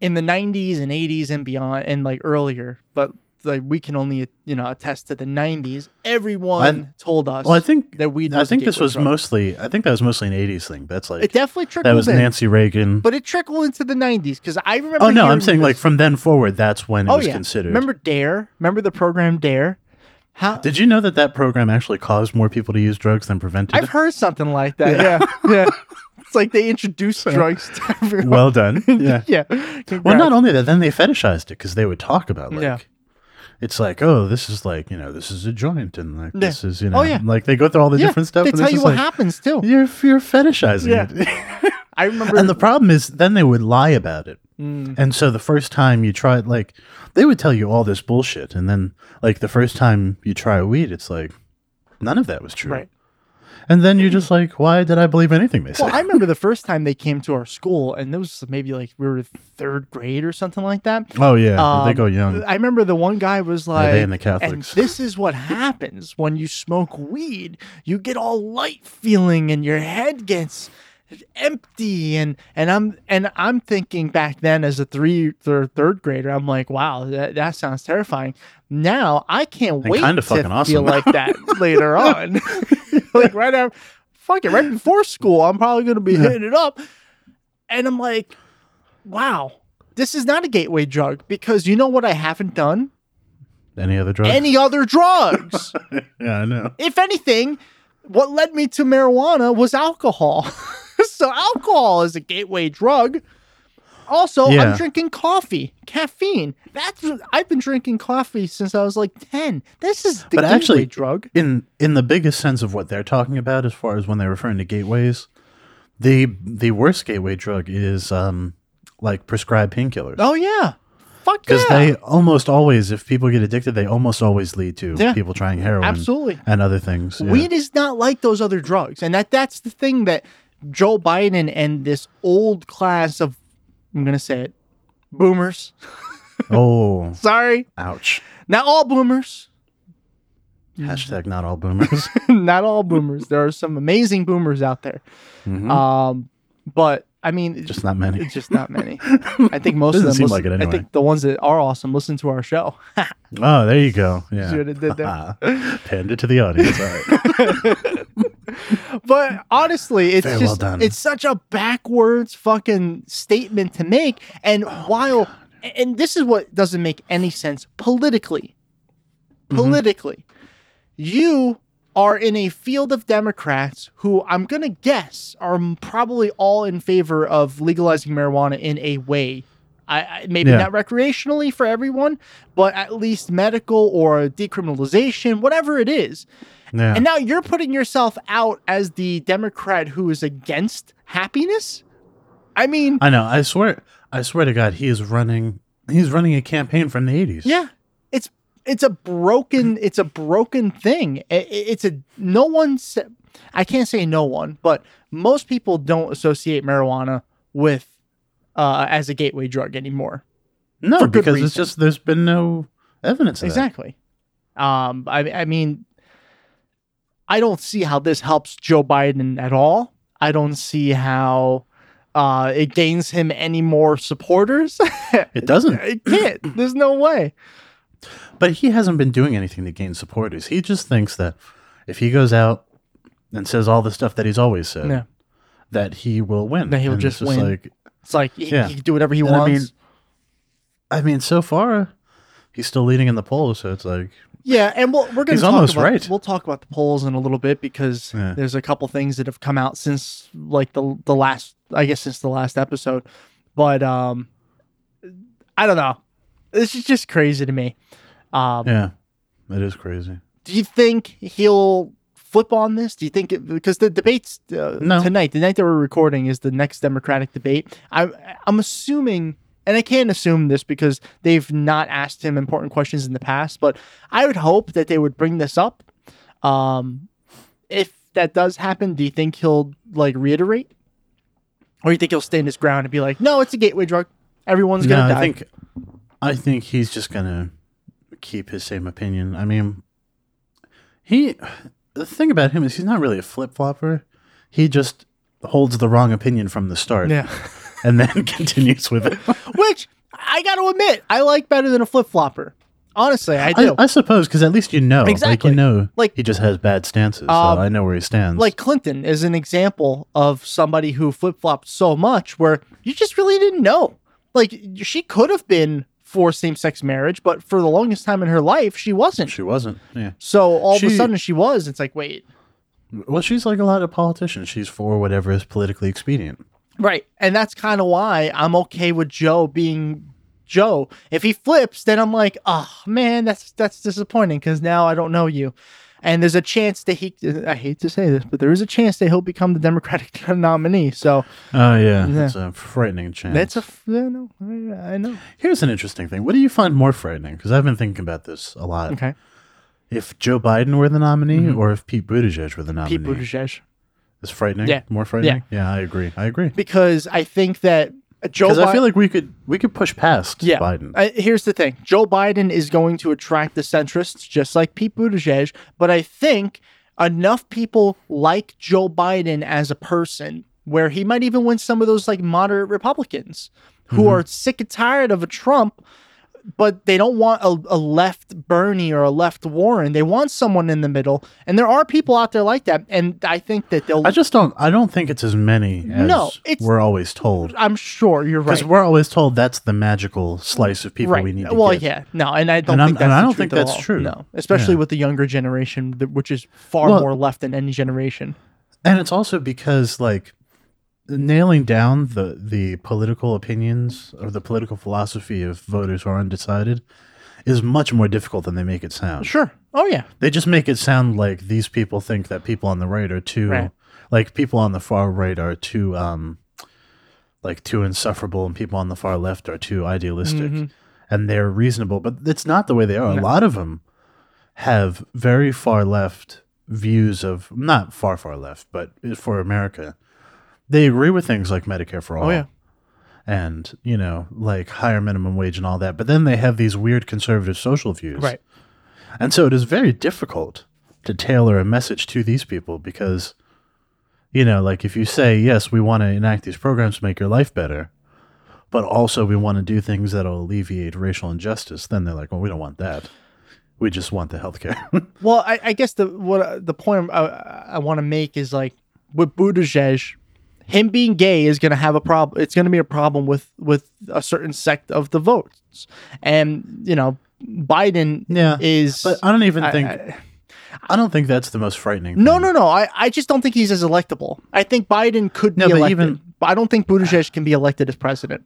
[SPEAKER 1] In the 90s and 80s and beyond and like earlier, but like we can only, you know, attest to the 90s, everyone told us
[SPEAKER 2] Well, I think
[SPEAKER 1] that weed
[SPEAKER 2] I
[SPEAKER 1] was a
[SPEAKER 2] think this
[SPEAKER 1] gateway
[SPEAKER 2] was
[SPEAKER 1] drug.
[SPEAKER 2] mostly. I think that was mostly an '80s thing. That's like
[SPEAKER 1] It definitely trickled
[SPEAKER 2] that was
[SPEAKER 1] in,
[SPEAKER 2] Nancy Reagan.
[SPEAKER 1] but it trickled into the 90s cuz I remember
[SPEAKER 2] oh no,
[SPEAKER 1] hearing
[SPEAKER 2] I'm saying
[SPEAKER 1] this- Oh,
[SPEAKER 2] like from then forward, that's when it was considered.
[SPEAKER 1] Remember Dare? Remember the program Dare? How
[SPEAKER 2] Did you know that that program actually caused more people to use drugs than prevented?
[SPEAKER 1] I've heard something like that. Yeah, yeah. It's like they introduced drugs to everyone.
[SPEAKER 2] well done. Yeah.
[SPEAKER 1] yeah.
[SPEAKER 2] Well,
[SPEAKER 1] Congrats.
[SPEAKER 2] not only that, then they fetishized it because they would talk about like,
[SPEAKER 1] Yeah.
[SPEAKER 2] it's like, oh, this is like you know, this is a joint, and like
[SPEAKER 1] Yeah. Oh,
[SPEAKER 2] this is you know,
[SPEAKER 1] yeah.
[SPEAKER 2] like they go through all the
[SPEAKER 1] Yeah,
[SPEAKER 2] different stuff.
[SPEAKER 1] They
[SPEAKER 2] and
[SPEAKER 1] tell
[SPEAKER 2] it's
[SPEAKER 1] you
[SPEAKER 2] just
[SPEAKER 1] what
[SPEAKER 2] like,
[SPEAKER 1] happens too.
[SPEAKER 2] You're you're fetishizing
[SPEAKER 1] Yeah.
[SPEAKER 2] it.
[SPEAKER 1] I remember.
[SPEAKER 2] and the problem is, then they would lie about it.
[SPEAKER 1] Mm,
[SPEAKER 2] And so the first time you try it, like they would tell you all this bullshit, and then like the first time you try weed, it's like none of that was true.
[SPEAKER 1] right.
[SPEAKER 2] And then you're just like, why did I believe anything they said?
[SPEAKER 1] Well, I remember the first time they came to our school, and it was maybe like we were third grade or something like that.
[SPEAKER 2] oh yeah, they
[SPEAKER 1] Um,
[SPEAKER 2] go young.
[SPEAKER 1] I remember the one guy was like,
[SPEAKER 2] Yeah, they and the
[SPEAKER 1] and
[SPEAKER 2] Catholics.
[SPEAKER 1] this is what happens when you smoke weed. You get all light feeling, and your head gets empty. And and I'm and I'm thinking back then as a three thir- third grader, I'm like, wow, that, that sounds terrifying. Now I can't
[SPEAKER 2] And
[SPEAKER 1] wait
[SPEAKER 2] kinda
[SPEAKER 1] to
[SPEAKER 2] fucking
[SPEAKER 1] feel
[SPEAKER 2] awesome.
[SPEAKER 1] like that later on, like right after, fuck it, right before school, I'm probably gonna be
[SPEAKER 2] Yeah.
[SPEAKER 1] hitting it up. And I'm like, wow. This is not a gateway drug because you know what I haven't done?
[SPEAKER 2] Any other drugs?
[SPEAKER 1] any other drugs.
[SPEAKER 2] yeah, I know.
[SPEAKER 1] if anything, what led me to marijuana was alcohol. so alcohol is a gateway drug. Also,
[SPEAKER 2] Yeah.
[SPEAKER 1] I'm drinking coffee, caffeine. That's I've been drinking coffee since I was like 10. This is the
[SPEAKER 2] But
[SPEAKER 1] gateway
[SPEAKER 2] actually-
[SPEAKER 1] drug.
[SPEAKER 2] In in the biggest sense of what they're talking about, as far as when they're referring to gateways, the the worst gateway drug is um like prescribed painkillers.
[SPEAKER 1] Oh yeah. Fuck yeah.
[SPEAKER 2] Because they um, almost always, if people get addicted, they almost always lead to
[SPEAKER 1] Yeah.
[SPEAKER 2] people trying heroin
[SPEAKER 1] Absolutely.
[SPEAKER 2] and other things. yeah.
[SPEAKER 1] Weed is not like those other drugs. And that that's the thing that Joe Biden and this old class of I'm going to say it boomers.
[SPEAKER 2] Oh,
[SPEAKER 1] Sorry.
[SPEAKER 2] ouch.
[SPEAKER 1] Not all boomers. Mm-hmm.
[SPEAKER 2] Hashtag not all boomers.
[SPEAKER 1] not all boomers. There are some amazing boomers out there.
[SPEAKER 2] Mhm.
[SPEAKER 1] Um, but I mean, it's just,
[SPEAKER 2] Just not many.
[SPEAKER 1] it's just not many. I think most of
[SPEAKER 2] Doesn't
[SPEAKER 1] them.
[SPEAKER 2] seem
[SPEAKER 1] listen-
[SPEAKER 2] like it anyway.
[SPEAKER 1] I think the ones that are awesome listen to our show.
[SPEAKER 2] Oh, there you go. Yeah.
[SPEAKER 1] See what it did there?
[SPEAKER 2] Panned it to the audience. All right.
[SPEAKER 1] but honestly, it's
[SPEAKER 2] Very well
[SPEAKER 1] just
[SPEAKER 2] done.
[SPEAKER 1] it's such a backwards fucking statement to make.
[SPEAKER 2] Oh,
[SPEAKER 1] And while and this is what doesn't make any sense politically.
[SPEAKER 2] Mm-hmm.
[SPEAKER 1] Politically. You are in a field of Democrats who I'm going to guess are m- probably all in favor of legalizing marijuana in a way. I, I maybe
[SPEAKER 2] Yeah.
[SPEAKER 1] not recreationally for everyone, but at least medical or decriminalization, whatever it is.
[SPEAKER 2] Yeah.
[SPEAKER 1] And now you're putting yourself out as the Democrat who is against happiness? I mean,
[SPEAKER 2] I know. I swear. I swear to God, he is running. He's running a campaign from the eighties.
[SPEAKER 1] yeah. It's it's a broken it's a broken thing. I- I- It's a no one sa- I can't say no one, but most people don't associate marijuana with uh, as a gateway drug anymore.
[SPEAKER 2] No,
[SPEAKER 1] For good
[SPEAKER 2] because it's
[SPEAKER 1] reason.
[SPEAKER 2] just there's been no evidence of
[SPEAKER 1] Exactly. Um, I, I mean, I don't see how this helps Joe Biden at all. I don't see how uh, it gains him any more supporters.
[SPEAKER 2] that. It doesn't.
[SPEAKER 1] it can't. There's no way.
[SPEAKER 2] But he hasn't been doing anything to gain supporters. He just thinks that if he goes out and says all the stuff that he's always said,
[SPEAKER 1] Yeah.
[SPEAKER 2] that he will win.
[SPEAKER 1] That he'll
[SPEAKER 2] And it's
[SPEAKER 1] just win.
[SPEAKER 2] Like,
[SPEAKER 1] It's like he,
[SPEAKER 2] Yeah.
[SPEAKER 1] he can do whatever he
[SPEAKER 2] And I
[SPEAKER 1] wants.
[SPEAKER 2] mean- I mean, so far, he's still leading in the polls. So it's like
[SPEAKER 1] Yeah, and we'll, we're going
[SPEAKER 2] He's
[SPEAKER 1] to talk
[SPEAKER 2] almost
[SPEAKER 1] about,
[SPEAKER 2] right.
[SPEAKER 1] We'll talk about the polls in a little bit because
[SPEAKER 2] Yeah.
[SPEAKER 1] there's a couple things that have come out since like the the last, I guess, since the last episode. But um, I don't know. This is just crazy to me. Um,
[SPEAKER 2] Yeah, that is crazy.
[SPEAKER 1] do you think he'll flip on this? Do you think it, because the debates uh,
[SPEAKER 2] No.
[SPEAKER 1] tonight, the night that we're recording is the next Democratic debate. I'm I'm assuming, and I can't assume this because they've not asked him important questions in the past, but I would hope that they would bring this up. Um, if that does happen, do you think he'll like reiterate, or you think he'll stand his ground and be like, "No, it's a gateway drug. Everyone's gonna
[SPEAKER 2] no,
[SPEAKER 1] die."
[SPEAKER 2] I think I think he's just gonna keep his same opinion. I mean, he the thing about him is he's not really a flip flopper. He just holds the wrong opinion from the start,
[SPEAKER 1] yeah,
[SPEAKER 2] and then continues with it.
[SPEAKER 1] which I got to admit, I like better than a flip flopper. Honestly, I do.
[SPEAKER 2] I, I suppose because at least you know, like
[SPEAKER 1] Exactly.
[SPEAKER 2] you know,
[SPEAKER 1] Like-
[SPEAKER 2] he just has bad stances,
[SPEAKER 1] Um,
[SPEAKER 2] so I know where he stands.
[SPEAKER 1] like Clinton is an example of somebody who flip flopped so much where you just really didn't know. Like she could have been for same sex marriage, but for the longest time in her life, she wasn't.
[SPEAKER 2] she wasn't. Yeah.
[SPEAKER 1] So all of a
[SPEAKER 2] She-
[SPEAKER 1] sudden she was. It's like, wait.
[SPEAKER 2] Well, she's like a lot of politicians. She's for whatever is politically expedient.
[SPEAKER 1] Right. And that's kind of why I'm okay with Joe being Joe. If he flips, then I'm like, oh man, that's that's disappointing because now I don't know you. And there's a chance that he I hate to say this, but there is a chance that he'll become the Democratic nominee. So
[SPEAKER 2] Oh yeah,
[SPEAKER 1] Yeah.
[SPEAKER 2] it's a frightening chance.
[SPEAKER 1] that's a f- yeah, no, I I know.
[SPEAKER 2] Here's an interesting thing. What do you find more frightening? Because I've been thinking about this a lot.
[SPEAKER 1] Okay. Mm-hmm.
[SPEAKER 2] If Joe Biden were the nominee, or if Pete Buttigieg were the nominee,
[SPEAKER 1] Pete Buttigieg.
[SPEAKER 2] is frightening.
[SPEAKER 1] Yeah.
[SPEAKER 2] more frightening. Yeah. I agree. I agree.
[SPEAKER 1] Because I think that Joe
[SPEAKER 2] Because
[SPEAKER 1] Biden.
[SPEAKER 2] I feel like we could we could push past
[SPEAKER 1] yeah.
[SPEAKER 2] Biden.
[SPEAKER 1] I, here's the thing Joe Biden is going to attract the centrists just like Pete Buttigieg, but I think enough people like Joe Biden as a person where he might even win some of those like moderate Republicans who
[SPEAKER 2] Mm-hmm.
[SPEAKER 1] are sick and tired of a Trump. But they don't want a, a left Bernie or a left Warren. They want someone in the middle, and there are people out there like that. And I think that they'll.
[SPEAKER 2] I just don't. I don't think it's as many as
[SPEAKER 1] No, it's-
[SPEAKER 2] we're always told.
[SPEAKER 1] I'm sure you're right.
[SPEAKER 2] Because we're always told that's the magical slice of people we need. To
[SPEAKER 1] well,
[SPEAKER 2] get.
[SPEAKER 1] yeah, no, and I don't
[SPEAKER 2] And I'm-
[SPEAKER 1] think that's
[SPEAKER 2] and I
[SPEAKER 1] the
[SPEAKER 2] don't
[SPEAKER 1] truth
[SPEAKER 2] think
[SPEAKER 1] at
[SPEAKER 2] that's
[SPEAKER 1] all.
[SPEAKER 2] true.
[SPEAKER 1] No, especially with the younger generation, th- which is far
[SPEAKER 2] Well-
[SPEAKER 1] more left than any generation.
[SPEAKER 2] And it's also because like nailing down the the political opinions or the political philosophy of voters who are undecided is much more difficult than they make it sound.
[SPEAKER 1] Sure. Oh yeah.
[SPEAKER 2] They just make it sound like these people think that people on the right are too
[SPEAKER 1] Right.
[SPEAKER 2] like people on the far right are too um like too insufferable and people on the far left are too idealistic
[SPEAKER 1] Mm-hmm.
[SPEAKER 2] and they're reasonable but it's not the way they are. A lot of them have very far left views of not far far left but for America. They agree with things like Medicare for all
[SPEAKER 1] Oh yeah.
[SPEAKER 2] and, you know, like higher minimum wage and all that, but then they have these weird conservative social views.
[SPEAKER 1] Right.
[SPEAKER 2] And so it is very difficult to tailor a message to these people because, you know, like if you say, yes, we want to enact these programs to make your life better, but also we want to do things that'll alleviate racial injustice, then they're like, well, we don't want that. We just want the healthcare.
[SPEAKER 1] Well, I, I guess the what uh, the point I, I want to make is like with Buttigieg, him being gay is going to have a problem. It's going to be a problem with with a certain sect of the votes, and you know, Biden
[SPEAKER 2] Yeah,
[SPEAKER 1] is.
[SPEAKER 2] but um, I don't even
[SPEAKER 1] I-
[SPEAKER 2] think. I,
[SPEAKER 1] I-
[SPEAKER 2] don't think that's the most frightening.
[SPEAKER 1] No,
[SPEAKER 2] thing.
[SPEAKER 1] no, no. I, I just don't think he's as electable. I think Biden could
[SPEAKER 2] No,
[SPEAKER 1] be
[SPEAKER 2] but
[SPEAKER 1] elected,
[SPEAKER 2] even-
[SPEAKER 1] but I don't think Buttigieg can be elected as president.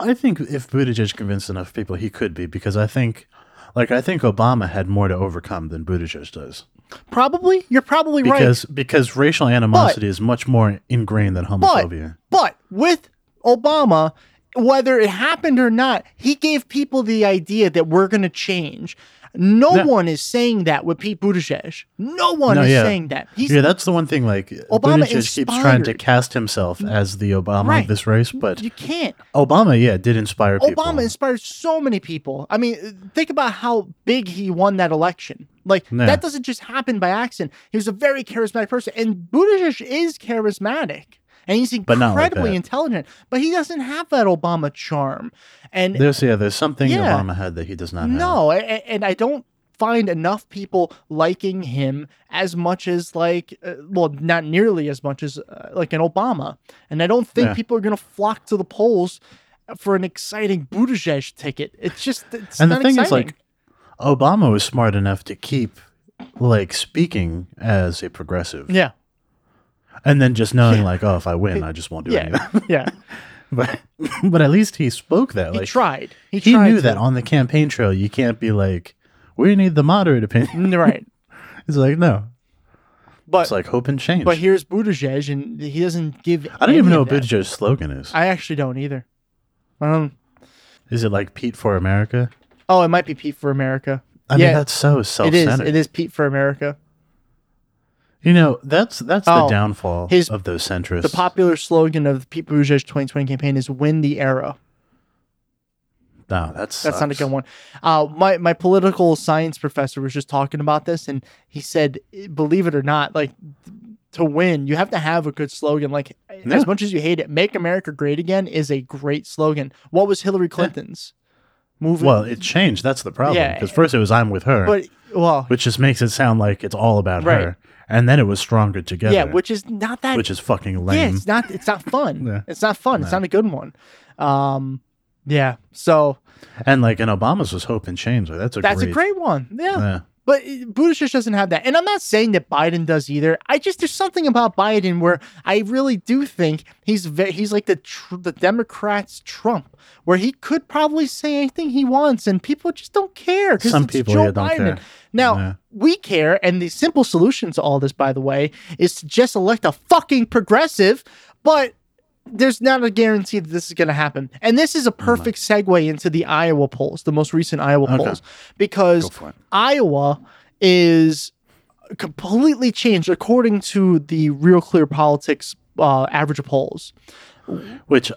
[SPEAKER 2] I think if Buttigieg convinced enough people, he could be because I think, like, I think Obama had more to overcome than Buttigieg does
[SPEAKER 1] Probably, you're probably right.
[SPEAKER 2] because because racial animosity is much more ingrained than homophobia.
[SPEAKER 1] But with Obama, whether it happened or not, he gave people the idea that we're going to change. No
[SPEAKER 2] Yeah.
[SPEAKER 1] one is saying that with Pete Buttigieg. No one
[SPEAKER 2] No,
[SPEAKER 1] is
[SPEAKER 2] yeah.
[SPEAKER 1] saying that. He's
[SPEAKER 2] yeah, that's the one thing. Like
[SPEAKER 1] Obama
[SPEAKER 2] Buttigieg keeps trying to
[SPEAKER 1] inspired-
[SPEAKER 2] cast himself as the Obama
[SPEAKER 1] Right.
[SPEAKER 2] of this race, but
[SPEAKER 1] you can't.
[SPEAKER 2] Obama, yeah, did inspire people.
[SPEAKER 1] Obama inspired so many people. I mean, think about how big he won that election. Like
[SPEAKER 2] Yeah.
[SPEAKER 1] that doesn't just happen by accident. He was a very charismatic person, and Buttigieg is charismatic, and he's
[SPEAKER 2] But not like
[SPEAKER 1] incredibly
[SPEAKER 2] that.
[SPEAKER 1] intelligent. But he doesn't have that Obama charm, and
[SPEAKER 2] There's yeah, there's something
[SPEAKER 1] Yeah.
[SPEAKER 2] Obama had that he does not have.
[SPEAKER 1] no, a- a- and I don't find enough people liking him as much as like, uh, well, not nearly as much as uh, like an Obama. And I don't think
[SPEAKER 2] Yeah.
[SPEAKER 1] people are going to flock to the polls for an exciting Buttigieg ticket. It's just, it's
[SPEAKER 2] and the
[SPEAKER 1] not
[SPEAKER 2] thing is
[SPEAKER 1] exciting.
[SPEAKER 2] like Obama was smart enough to keep like speaking as a progressive,
[SPEAKER 1] Yeah.
[SPEAKER 2] and then just knowing like, oh, if I win, I just won't do
[SPEAKER 1] Yeah.
[SPEAKER 2] anything.
[SPEAKER 1] Yeah.
[SPEAKER 2] but but at least he spoke that.
[SPEAKER 1] He
[SPEAKER 2] like
[SPEAKER 1] tried. He,
[SPEAKER 2] he
[SPEAKER 1] tried
[SPEAKER 2] knew
[SPEAKER 1] to.
[SPEAKER 2] that on the campaign trail, you can't be like, we need the moderate opinion.
[SPEAKER 1] right.
[SPEAKER 2] It's like no,
[SPEAKER 1] But
[SPEAKER 2] it's like hope and change.
[SPEAKER 1] but here's Buttigieg, and he doesn't give.
[SPEAKER 2] I don't
[SPEAKER 1] any
[SPEAKER 2] even know
[SPEAKER 1] of that.
[SPEAKER 2] what Buttigieg's slogan is.
[SPEAKER 1] I actually don't either. Um.
[SPEAKER 2] Is it like Pete for America?
[SPEAKER 1] Oh, it might be Pete for America.
[SPEAKER 2] I
[SPEAKER 1] yeah,
[SPEAKER 2] mean, that's so
[SPEAKER 1] it is.
[SPEAKER 2] self-centered.
[SPEAKER 1] It is Pete for America.
[SPEAKER 2] You know, that's that's
[SPEAKER 1] Oh,
[SPEAKER 2] the downfall
[SPEAKER 1] his-
[SPEAKER 2] of those centrists.
[SPEAKER 1] The popular slogan of the Pete Buttigieg 2020 campaign is "Win the era."
[SPEAKER 2] No, that's
[SPEAKER 1] That's not a good one. Uh, my my political science professor was just talking about this, and he said, believe it or not, like to win, you have to have a good slogan. Like
[SPEAKER 2] Yeah.
[SPEAKER 1] as much as you hate it, "Make America Great Again" is a great slogan. What was Hillary Clinton's? Move.
[SPEAKER 2] Well, it changed. That's the problem.
[SPEAKER 1] Yeah.
[SPEAKER 2] Because first it was I'm with her,
[SPEAKER 1] but well,
[SPEAKER 2] which just makes it sound like it's all about
[SPEAKER 1] Right.
[SPEAKER 2] her, and then it was stronger together.
[SPEAKER 1] yeah, which is not that.
[SPEAKER 2] which is fucking
[SPEAKER 1] yeah,
[SPEAKER 2] lame.
[SPEAKER 1] it's not. It's not fun.
[SPEAKER 2] Yeah.
[SPEAKER 1] It's not fun. It's not a good one. Um, yeah. So
[SPEAKER 2] and like, and Obama's was hope and change. Like, that's a
[SPEAKER 1] that's
[SPEAKER 2] great,
[SPEAKER 1] a great one. Yeah.
[SPEAKER 2] Yeah.
[SPEAKER 1] But it- Buttigieg doesn't have that. And I'm not saying that Biden does either. I just there's something about Biden where I really do think he's ve- he's like the tr- the Democrats Trump, where he could probably say anything he wants and people just don't care. 'cause
[SPEAKER 2] Some
[SPEAKER 1] it's
[SPEAKER 2] people,
[SPEAKER 1] Joe
[SPEAKER 2] yeah, don't
[SPEAKER 1] Biden.
[SPEAKER 2] care.
[SPEAKER 1] Now
[SPEAKER 2] Yeah.
[SPEAKER 1] we care, and the simple solution to all this, by the way, is to just elect a fucking progressive. But there's not a guarantee that this is going to happen. And this is a perfect segue into the Iowa polls, the most recent Iowa
[SPEAKER 2] Okay.
[SPEAKER 1] polls, because
[SPEAKER 2] Go for it.
[SPEAKER 1] Iowa is completely changed according to the Real Clear Politics uh, average polls.
[SPEAKER 2] Which,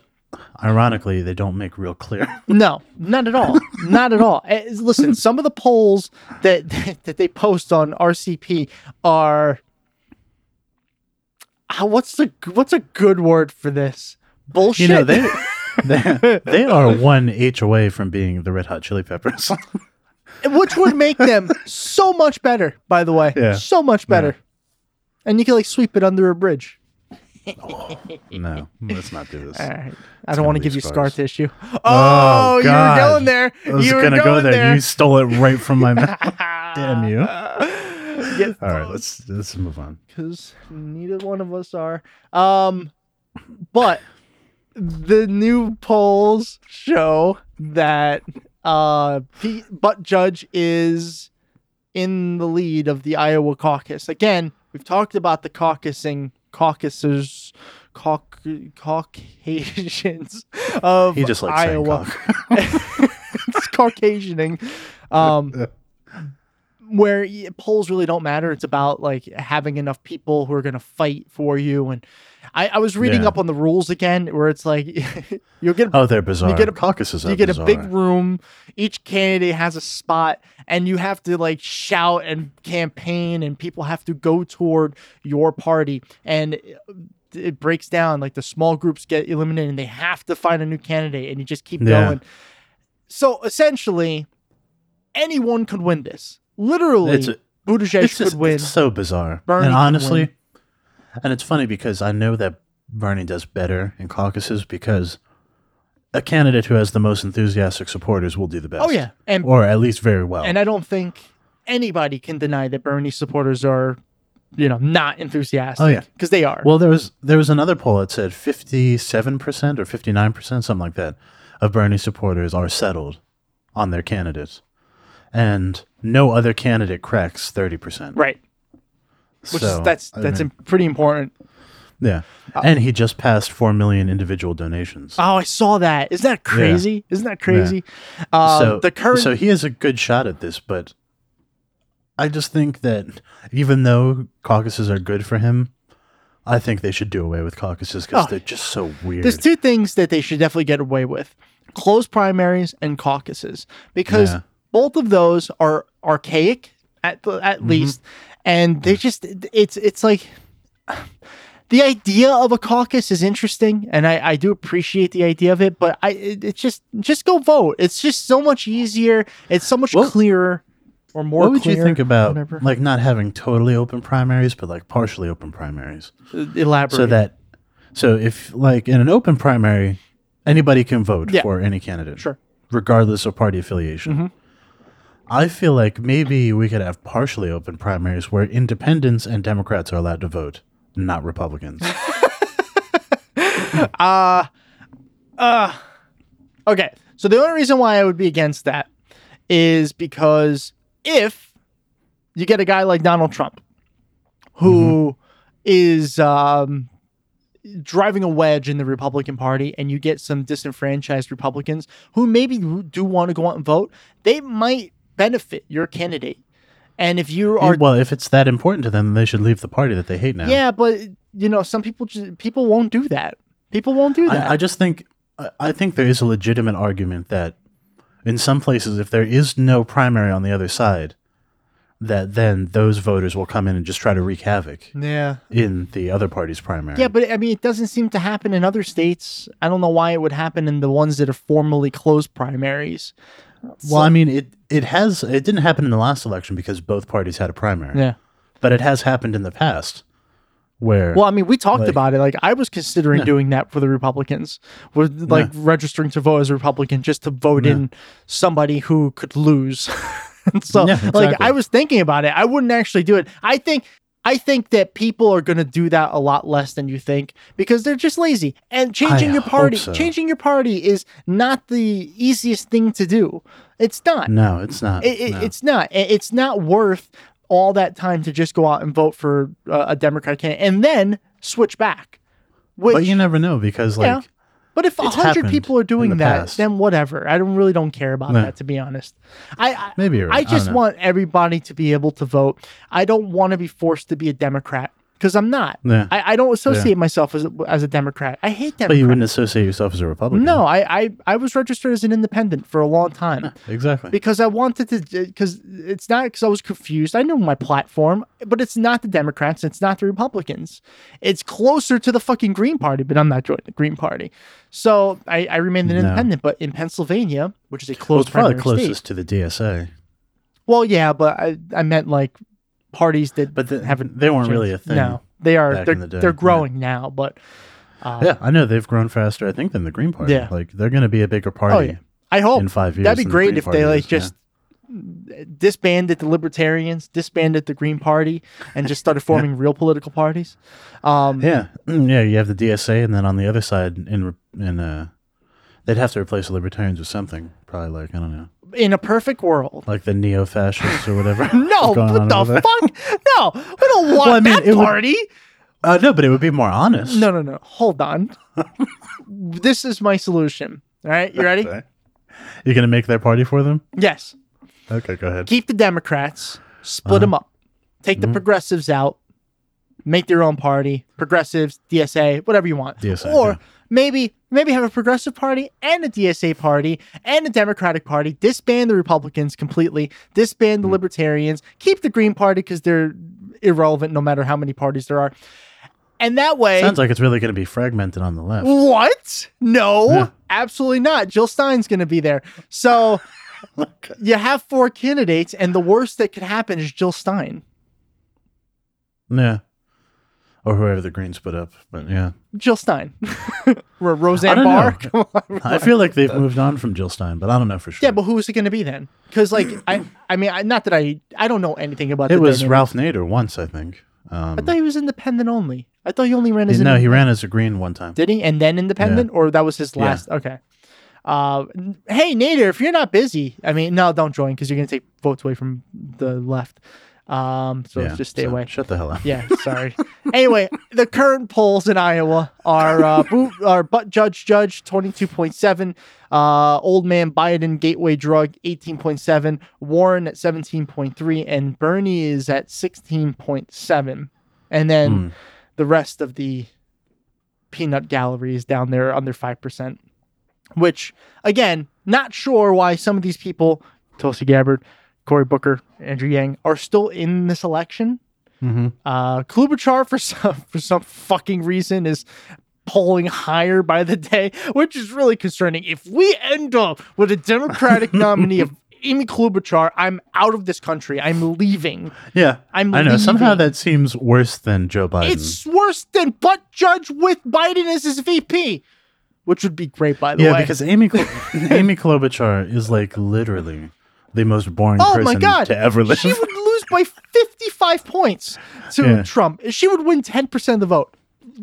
[SPEAKER 2] ironically, they don't make real clear.
[SPEAKER 1] No, not at all. not at all. Eh, Listen, some of the polls that that they post on RCP are Ah, what's the what's a good word for this? Bullshit.
[SPEAKER 2] You know, they, they they are one H away from being the Red Hot Chili Peppers.
[SPEAKER 1] which would make them so much better, by the way.
[SPEAKER 2] Yeah.
[SPEAKER 1] So much better. And you can like sweep it under a bridge.
[SPEAKER 2] no, let's not do this.
[SPEAKER 1] All right. I don't want to
[SPEAKER 2] leave
[SPEAKER 1] give you scar
[SPEAKER 2] scars.
[SPEAKER 1] tissue. Oh, you were
[SPEAKER 2] God.
[SPEAKER 1] going there.
[SPEAKER 2] I was
[SPEAKER 1] you were
[SPEAKER 2] gonna
[SPEAKER 1] going
[SPEAKER 2] go there.
[SPEAKER 1] there.
[SPEAKER 2] You stole it right from my mouth. Damn you! All
[SPEAKER 1] Get
[SPEAKER 2] right, let's let's move on.
[SPEAKER 1] because neither one of us are. Um, but the new polls show that uh, Pete Butt Judge is in the lead of the Iowa caucus. Again, we've talked about the caucusing caucuses. Cauc- Caucasians of
[SPEAKER 2] He just likes saying
[SPEAKER 1] Iowa.
[SPEAKER 2] cock.
[SPEAKER 1] it's Caucasianing. Um, where y- polls really don't matter. It's about like having enough people who are going to fight for you. And I, I was reading
[SPEAKER 2] Yeah.
[SPEAKER 1] up on the rules again, where it's like you'll get
[SPEAKER 2] Oh, they're bizarre.
[SPEAKER 1] You get a-
[SPEAKER 2] caucuses. Are
[SPEAKER 1] you get
[SPEAKER 2] bizarre.
[SPEAKER 1] a big room. Each candidate has a spot, and you have to like shout and campaign, and people have to go toward your party. And it- it breaks down like the small groups get eliminated, and they have to find a new candidate, and you just keep
[SPEAKER 2] Yeah.
[SPEAKER 1] going. So essentially, anyone could win this. Literally,
[SPEAKER 2] It's a-
[SPEAKER 1] Buttigieg
[SPEAKER 2] It's,
[SPEAKER 1] could
[SPEAKER 2] just,
[SPEAKER 1] win.
[SPEAKER 2] it's so bizarre.
[SPEAKER 1] Bernie
[SPEAKER 2] and
[SPEAKER 1] could
[SPEAKER 2] honestly,
[SPEAKER 1] win.
[SPEAKER 2] and it's funny because I know that Bernie does better in caucuses because a candidate who has the most enthusiastic supporters will do the best.
[SPEAKER 1] Oh yeah, and
[SPEAKER 2] or at least very well.
[SPEAKER 1] and I don't think anybody can deny that Bernie supporters are, you know, not enthusiastic.
[SPEAKER 2] Oh, yeah.
[SPEAKER 1] because they are.
[SPEAKER 2] Well, there was there was another poll that said fifty seven percent or fifty nine percent, something like that, of Bernie supporters are settled on their candidates, and no other candidate cracks thirty percent.
[SPEAKER 1] right. Which is, that's that's uh, im- pretty important.
[SPEAKER 2] yeah, and he just passed four million individual donations.
[SPEAKER 1] Oh, I saw that. Isn't that crazy? Isn't that crazy? Um,
[SPEAKER 2] so
[SPEAKER 1] the current
[SPEAKER 2] so he has a good shot at this, but I just think that even though caucuses are good for him. I think they should do away with caucuses because
[SPEAKER 1] Oh.
[SPEAKER 2] they're just so weird.
[SPEAKER 1] there's two things that they should definitely get away with: closed primaries and caucuses, because
[SPEAKER 2] Yeah.
[SPEAKER 1] both of those are archaic at the, at
[SPEAKER 2] Mm-hmm.
[SPEAKER 1] least, and they just it's it's like the idea of a caucus is interesting and I, I do appreciate the idea of it but i it, it's just just go vote it's just so much easier it's so much
[SPEAKER 2] Well,
[SPEAKER 1] clearer or more
[SPEAKER 2] what would you
[SPEAKER 1] clear,
[SPEAKER 2] think about
[SPEAKER 1] whatever.
[SPEAKER 2] like not having totally open primaries but like partially open primaries
[SPEAKER 1] elaborate
[SPEAKER 2] so that so if like in an open primary anybody can vote
[SPEAKER 1] Yeah.
[SPEAKER 2] for any candidate
[SPEAKER 1] Sure. Mm-hmm.
[SPEAKER 2] regardless of party affiliation I feel like maybe we could have partially open primaries where independents and Democrats are allowed to vote, not Republicans.
[SPEAKER 1] Uh, uh, okay. So the only reason why I would be against that is because if you get a guy like Donald Trump,
[SPEAKER 2] Mm-hmm.
[SPEAKER 1] who is um, driving a wedge in the Republican Party, and you get some disenfranchised Republicans who maybe do want to go out and vote, they might benefit your candidate. And if you are
[SPEAKER 2] well, if it's that important to them, they should leave the party that they hate now.
[SPEAKER 1] yeah, but you know, some people just, people won't do that. People won't do that.
[SPEAKER 2] I, I just think I- I think there is a legitimate argument that in some places, if there is no primary on the other side, that then those voters will come in and just try to wreak havoc
[SPEAKER 1] yeah.
[SPEAKER 2] in the other party's primary.
[SPEAKER 1] Yeah, but I mean, it doesn't seem to happen in other states. I don't know why it would happen in the ones that are formally closed primaries.
[SPEAKER 2] well, I mean, it it has it didn't happen in the last election because both parties had a primary.
[SPEAKER 1] Yeah.
[SPEAKER 2] but it has happened in the past where
[SPEAKER 1] Well, I mean, we talked
[SPEAKER 2] Like-
[SPEAKER 1] about it. Like, I was considering doing that for the Republicans, with like registering to vote as a Republican just to vote in somebody who could lose. And so,
[SPEAKER 2] Yeah,
[SPEAKER 1] like,
[SPEAKER 2] exactly.
[SPEAKER 1] I was thinking about it. I wouldn't actually do it. I think. I think that people are going to do that a lot less than you think because they're just lazy. And changing
[SPEAKER 2] I
[SPEAKER 1] your
[SPEAKER 2] hope
[SPEAKER 1] party,
[SPEAKER 2] so.
[SPEAKER 1] changing your party is not the easiest thing to do. It's not
[SPEAKER 2] no, it's not.
[SPEAKER 1] it, it,
[SPEAKER 2] no.
[SPEAKER 1] it's not It- it's not worth all that time to just go out and vote for uh, a democrat candidate and then switch back which
[SPEAKER 2] but you never know because like
[SPEAKER 1] Yeah. but if
[SPEAKER 2] it's
[SPEAKER 1] 100
[SPEAKER 2] happened
[SPEAKER 1] people are
[SPEAKER 2] in
[SPEAKER 1] doing
[SPEAKER 2] the
[SPEAKER 1] that
[SPEAKER 2] past.
[SPEAKER 1] then whatever i don't really don't care about
[SPEAKER 2] No.
[SPEAKER 1] that to be honest i, I
[SPEAKER 2] maybe you're right.
[SPEAKER 1] I
[SPEAKER 2] don't
[SPEAKER 1] just
[SPEAKER 2] know.
[SPEAKER 1] want everybody to be able to vote. I don't want to be forced to be a Democrat because I'm not.
[SPEAKER 2] Yeah.
[SPEAKER 1] I, I don't associate myself as a, as a Democrat. I hate
[SPEAKER 2] But
[SPEAKER 1] Democrats.
[SPEAKER 2] you wouldn't associate yourself as a Republican.
[SPEAKER 1] no, I, I I was registered as an independent for a long time.
[SPEAKER 2] exactly.
[SPEAKER 1] because I wanted to because it's not because I was confused. I know my platform, but it's not the Democrats, it's not the Republicans. It's closer to the fucking Green Party, but I'm not joining the Green Party. So I, I remain an
[SPEAKER 2] No.
[SPEAKER 1] independent. But in Pennsylvania, which is a
[SPEAKER 2] Well,
[SPEAKER 1] close
[SPEAKER 2] it's probably
[SPEAKER 1] primary
[SPEAKER 2] closest
[SPEAKER 1] state,
[SPEAKER 2] to the DSA,
[SPEAKER 1] well, yeah, but I, I meant like parties that
[SPEAKER 2] but the,
[SPEAKER 1] haven't
[SPEAKER 2] they weren't
[SPEAKER 1] changed.
[SPEAKER 2] really a thing.
[SPEAKER 1] No, they are.
[SPEAKER 2] back
[SPEAKER 1] They're,
[SPEAKER 2] in the day,
[SPEAKER 1] they're
[SPEAKER 2] yeah.
[SPEAKER 1] growing now, but uh,
[SPEAKER 2] Yeah, I know they've grown faster. I think than the Green Party.
[SPEAKER 1] Yeah.
[SPEAKER 2] like they're going to be a bigger party
[SPEAKER 1] oh yeah, I hope
[SPEAKER 2] in five years.
[SPEAKER 1] That'd be
[SPEAKER 2] than the
[SPEAKER 1] great
[SPEAKER 2] Green
[SPEAKER 1] if
[SPEAKER 2] Party
[SPEAKER 1] they like
[SPEAKER 2] is, yeah.
[SPEAKER 1] just disbanded the libertarians, disbanded the Green Party, and just started forming real political parties. Um,
[SPEAKER 2] Yeah, Mm, yeah. You have the DSA, and then on the other side, in re- in uh, they'd have to replace the libertarians with something, probably like I don't know,
[SPEAKER 1] In a perfect world,
[SPEAKER 2] like the neo-fascists or whatever.
[SPEAKER 1] no,
[SPEAKER 2] is going
[SPEAKER 1] what
[SPEAKER 2] on
[SPEAKER 1] the
[SPEAKER 2] over there.
[SPEAKER 1] fuck? No, we don't want
[SPEAKER 2] Well, I mean,
[SPEAKER 1] that
[SPEAKER 2] it would-
[SPEAKER 1] party.
[SPEAKER 2] Uh, no, but it would be more honest.
[SPEAKER 1] No, no, no. Hold on. this is my solution. All right, you ready?
[SPEAKER 2] Okay. You're gonna make their party for them?
[SPEAKER 1] Yes.
[SPEAKER 2] Okay, go ahead. Uh-huh. Mm-hmm.
[SPEAKER 1] Keep the Democrats, split them up, take the progressives out, make their own party. Progressives, DSA, whatever you want.
[SPEAKER 2] DSA,
[SPEAKER 1] or
[SPEAKER 2] yeah.
[SPEAKER 1] maybe maybe have a progressive party and a DSA party and a Democratic party. Disband the Republicans completely. Disband the
[SPEAKER 2] Mm.
[SPEAKER 1] Libertarians. Keep the Green Party because they're irrelevant no matter how many parties there are. And that way,
[SPEAKER 2] Sounds like it's really gonna be fragmented on the left.
[SPEAKER 1] what? No,
[SPEAKER 2] Yeah.
[SPEAKER 1] absolutely not. Jill Stein's going to be there. So
[SPEAKER 2] Oh
[SPEAKER 1] you have four candidates, and the worst that could happen is Jill Stein. Mm.
[SPEAKER 2] Yeah. Or whoever the Greens put up, but yeah,
[SPEAKER 1] Jill Stein. Ro- Roseanne
[SPEAKER 2] don't
[SPEAKER 1] Barr.
[SPEAKER 2] know.
[SPEAKER 1] Come on.
[SPEAKER 2] I feel like they've moved on from Jill Stein, but I don't know for sure.
[SPEAKER 1] Yeah, but who is it going to be then? Because like I, I mean, I, not that I, I don't know anything about.
[SPEAKER 2] it
[SPEAKER 1] the
[SPEAKER 2] was
[SPEAKER 1] dynamic.
[SPEAKER 2] Ralph Nader once, I think. Um,
[SPEAKER 1] I thought he was independent only. I thought he only ran as
[SPEAKER 2] no,
[SPEAKER 1] an,
[SPEAKER 2] he ran as a Green one time.
[SPEAKER 1] did he, and then independent, or that was his
[SPEAKER 2] Yeah.
[SPEAKER 1] last. Okay. Uh, n- hey Nader, if you're not busy, I mean, no, don't join because you're going to take votes away from the left. Um, so
[SPEAKER 2] Yeah,
[SPEAKER 1] just stay
[SPEAKER 2] so
[SPEAKER 1] away.
[SPEAKER 2] Shut the hell up.
[SPEAKER 1] Yeah, sorry. anyway, the current polls in Iowa are uh, boot, are butt judge judge twenty two point seven, uh, old man Biden gateway drug eighteen point seven, Warren at seventeen point three, and Bernie is at sixteen point seven, and then
[SPEAKER 2] Hmm.
[SPEAKER 1] the rest of the peanut gallery is down there under five percent, which again, not sure why some of these people, Tulsi Gabbard, Cory Booker, Andrew Yang, are still in this election.
[SPEAKER 2] Mm-hmm.
[SPEAKER 1] Uh, Klobuchar for some for some fucking reason is polling higher by the day, which is really concerning. If we end up with a Democratic nominee of Amy Klobuchar, I'm out of this country. I'm leaving.
[SPEAKER 2] Yeah,
[SPEAKER 1] I'm
[SPEAKER 2] I know. Somehow
[SPEAKER 1] leaving.
[SPEAKER 2] that seems worse than Joe Biden.
[SPEAKER 1] It's worse than butt judge with Biden as his VP, which would be great by the
[SPEAKER 2] yeah,
[SPEAKER 1] way.
[SPEAKER 2] because Amy Klo- Amy Klobuchar is like literally the most boring
[SPEAKER 1] Oh my
[SPEAKER 2] person
[SPEAKER 1] God!
[SPEAKER 2] to ever live.
[SPEAKER 1] She would lose by 55 points to
[SPEAKER 2] Yeah.
[SPEAKER 1] Trump. She would win 10% of the vote.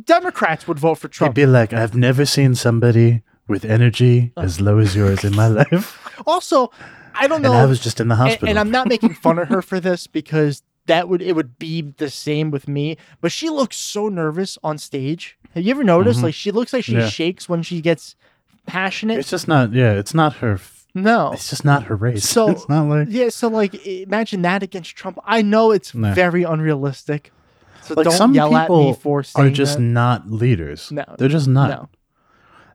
[SPEAKER 1] Democrats would vote for
[SPEAKER 2] I'd
[SPEAKER 1] Trump.
[SPEAKER 2] be like, I've never seen somebody with energy
[SPEAKER 1] Oh.
[SPEAKER 2] as low as yours in my life,
[SPEAKER 1] also, I don't know.
[SPEAKER 2] and I was just in the
[SPEAKER 1] Oh. and-
[SPEAKER 2] hospital.
[SPEAKER 1] and I'm not making fun of her for this because that would it would be the same with me. But she looks so nervous on stage. Have you ever noticed?
[SPEAKER 2] Mhm.
[SPEAKER 1] Like she looks like she
[SPEAKER 2] Yeah.
[SPEAKER 1] shakes when she gets passionate.
[SPEAKER 2] it's just not. Yeah, it's not her. f-
[SPEAKER 1] no.
[SPEAKER 2] It's just not her race.
[SPEAKER 1] So-
[SPEAKER 2] it's not like
[SPEAKER 1] Yeah, so like i- imagine that against Trump. I know it's
[SPEAKER 2] No.
[SPEAKER 1] very unrealistic. So
[SPEAKER 2] Like,
[SPEAKER 1] don't
[SPEAKER 2] some
[SPEAKER 1] yell at me
[SPEAKER 2] people
[SPEAKER 1] for saying
[SPEAKER 2] are just
[SPEAKER 1] that.
[SPEAKER 2] not leaders.
[SPEAKER 1] No.
[SPEAKER 2] they're just not.
[SPEAKER 1] no.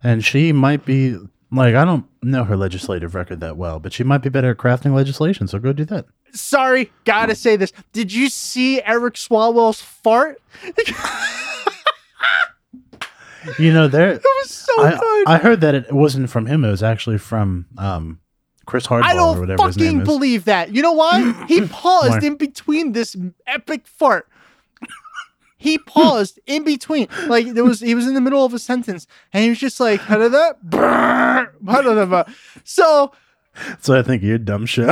[SPEAKER 2] And she might be like, I don't know her legislative record that well, but she might be better at crafting legislation. So go do that.
[SPEAKER 1] Sorry, gotta say this. Did you see Eric Swalwell's fart? it
[SPEAKER 2] You know, there.
[SPEAKER 1] was so
[SPEAKER 2] I,
[SPEAKER 1] good.
[SPEAKER 2] I heard that it wasn't from him. It was actually from um, Chris Hardball
[SPEAKER 1] I
[SPEAKER 2] or
[SPEAKER 1] don't
[SPEAKER 2] whatever his name
[SPEAKER 1] fucking
[SPEAKER 2] is.
[SPEAKER 1] believe that. You know why? He paused
[SPEAKER 2] Why?
[SPEAKER 1] in between this epic fart. He paused in between, like there was. He was in the middle of a sentence, and he was just like, "How did that?" Brrr, how did that- So
[SPEAKER 2] so I think you're dumb show.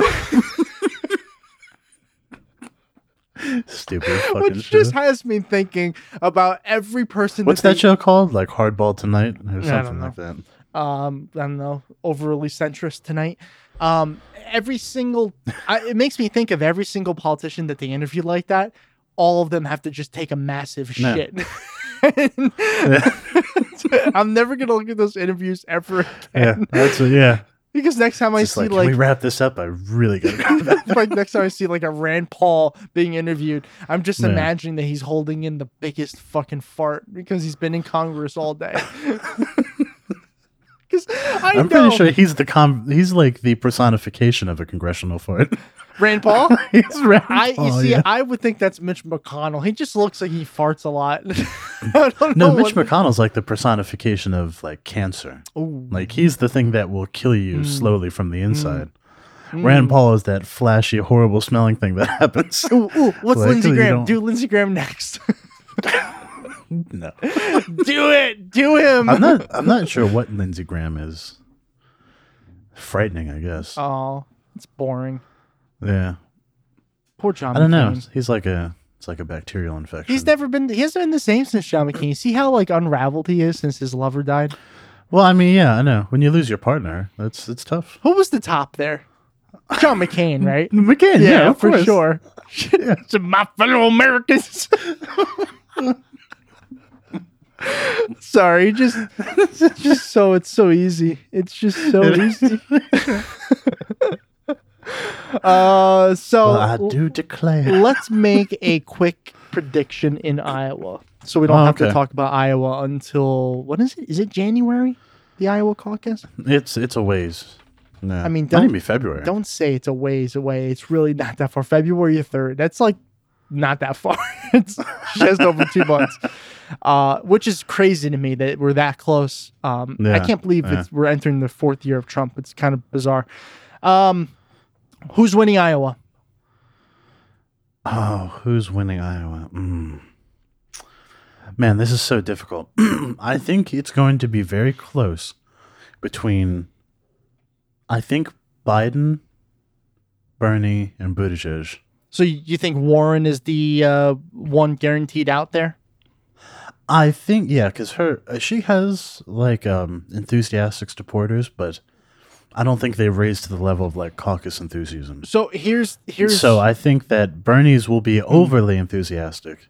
[SPEAKER 2] Stupid fucking
[SPEAKER 1] which
[SPEAKER 2] show.
[SPEAKER 1] just has me thinking about every person.
[SPEAKER 2] What's
[SPEAKER 1] that
[SPEAKER 2] that
[SPEAKER 1] they-
[SPEAKER 2] show called? Like Hardball Tonight or something
[SPEAKER 1] know.
[SPEAKER 2] like that.
[SPEAKER 1] um i don't know overly centrist tonight um every single I, it makes me think of every single politician that they interview like that all of them have to just take a massive
[SPEAKER 2] No.
[SPEAKER 1] shit i'm never gonna look at those interviews ever
[SPEAKER 2] Yeah, that's what, yeah.
[SPEAKER 1] because next time i
[SPEAKER 2] It's
[SPEAKER 1] see
[SPEAKER 2] like,
[SPEAKER 1] like,
[SPEAKER 2] can we wrap this up? I really gotta go.
[SPEAKER 1] like next time i see like a rand paul being interviewed i'm just
[SPEAKER 2] Yeah.
[SPEAKER 1] imagining that he's holding in the biggest fucking fart because he's been in congress all day because
[SPEAKER 2] I'm pretty sure he's the com- he's like the personification of a congressional fart.
[SPEAKER 1] rand paul
[SPEAKER 2] he's Rand
[SPEAKER 1] I you
[SPEAKER 2] Paul,
[SPEAKER 1] see,
[SPEAKER 2] Oh, yeah.
[SPEAKER 1] I would think that's Mitch McConnell. He just looks like he farts a lot. I don't
[SPEAKER 2] no,
[SPEAKER 1] know
[SPEAKER 2] Mitch
[SPEAKER 1] what-
[SPEAKER 2] McConnell's like the personification of like cancer.
[SPEAKER 1] Ooh.
[SPEAKER 2] Like he's the thing that will kill you
[SPEAKER 1] Mm.
[SPEAKER 2] slowly from the inside.
[SPEAKER 1] Hmm.
[SPEAKER 2] Rand Paul is that flashy, horrible smelling thing that happens.
[SPEAKER 1] Ooh, ooh, what's
[SPEAKER 2] Like,
[SPEAKER 1] Lindsey
[SPEAKER 2] you
[SPEAKER 1] Graham?
[SPEAKER 2] don't-
[SPEAKER 1] Do Lindsey Graham next?
[SPEAKER 2] no,
[SPEAKER 1] do it, do him.
[SPEAKER 2] I'm not. I'm not sure what Lindsey Graham is. Frightening, I guess.
[SPEAKER 1] Oh, it's boring.
[SPEAKER 2] yeah,
[SPEAKER 1] Poor John.
[SPEAKER 2] I don't know.
[SPEAKER 1] McCain.
[SPEAKER 2] He's like a. It's like a bacterial infection.
[SPEAKER 1] He's never been. He hasn't been the same since John McCain. You see how like unraveled he is since his lover died.
[SPEAKER 2] well, I mean, yeah, I know. When you lose your partner, that's it's tough.
[SPEAKER 1] Who was the top there? John McCain, right?
[SPEAKER 2] McCain, yeah, of
[SPEAKER 1] for
[SPEAKER 2] course.
[SPEAKER 1] sure. to my fellow Americans. Sorry, just just so it's so easy. It's just so easy. uh so
[SPEAKER 2] Well, I do declare.
[SPEAKER 1] let's make a quick prediction in Iowa. So we don't
[SPEAKER 2] Oh,
[SPEAKER 1] have to
[SPEAKER 2] okay.
[SPEAKER 1] talk about Iowa until what is it? Is it January? The Iowa caucus?
[SPEAKER 2] It's it's a ways. No, I
[SPEAKER 1] mean,
[SPEAKER 2] not
[SPEAKER 1] don't-
[SPEAKER 2] even be February.
[SPEAKER 1] Don't say it's a ways away. It's really not that far. February 3rd. That's like not that far. it's just over two months. Uh, which is crazy to me that we're that close. Um, I
[SPEAKER 2] Yeah,
[SPEAKER 1] can't believe
[SPEAKER 2] yeah.
[SPEAKER 1] it's, we're entering the fourth year of Trump. It's kind of bizarre. Um, who's winning Iowa?
[SPEAKER 2] Oh, who's winning Iowa? Mm. Man, this is so difficult. I think it's going to be very close between, I think, Biden, Bernie, and Buttigieg.
[SPEAKER 1] So you you think Warren is the uh, one guaranteed out there?
[SPEAKER 2] I think, yeah, because her uh, she has like um enthusiastic supporters, but I don't think they raise to the level of like caucus enthusiasm.
[SPEAKER 1] So here's here's Hmm.
[SPEAKER 2] So I think that Bernie's will be overly enthusiastic,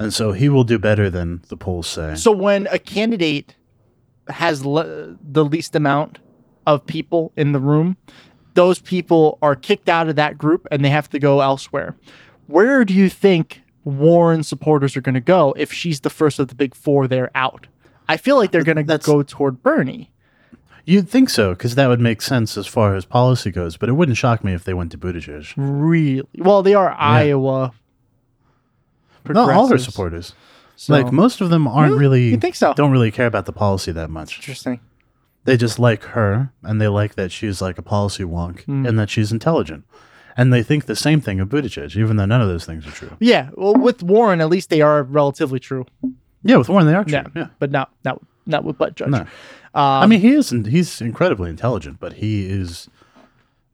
[SPEAKER 2] and so he will do better than the polls say.
[SPEAKER 1] So when a candidate has le- the least amount of people in the room, those people are kicked out of that group and they have to go elsewhere. Where do you think Warren supporters are going to go if she's the first of the big four they're out? I feel like they're going to
[SPEAKER 2] That's-
[SPEAKER 1] go toward Bernie.
[SPEAKER 2] You'd think so, because that would make sense as far as policy goes. But it wouldn't shock me if they went to Buttigieg.
[SPEAKER 1] Really? Well, they are Iowa.
[SPEAKER 2] Not all her
[SPEAKER 1] progressives,
[SPEAKER 2] supporters.
[SPEAKER 1] so- Hmm,
[SPEAKER 2] Like most of them aren't really.
[SPEAKER 1] You think so?
[SPEAKER 2] Don't really care about the policy that much.
[SPEAKER 1] Interesting.
[SPEAKER 2] They just like her, and they like that she's like a policy wonk,
[SPEAKER 1] Hmm.
[SPEAKER 2] and that she's intelligent, and they think the same thing of Buttigieg, even though none of those things are true.
[SPEAKER 1] Yeah. Well, with Warren, at least they are relatively true.
[SPEAKER 2] Yeah, with Warren they are true.
[SPEAKER 1] Yeah.
[SPEAKER 2] Yeah.
[SPEAKER 1] But not not not with Butt Judge.
[SPEAKER 2] No. I mean, he is. He's incredibly intelligent, but he is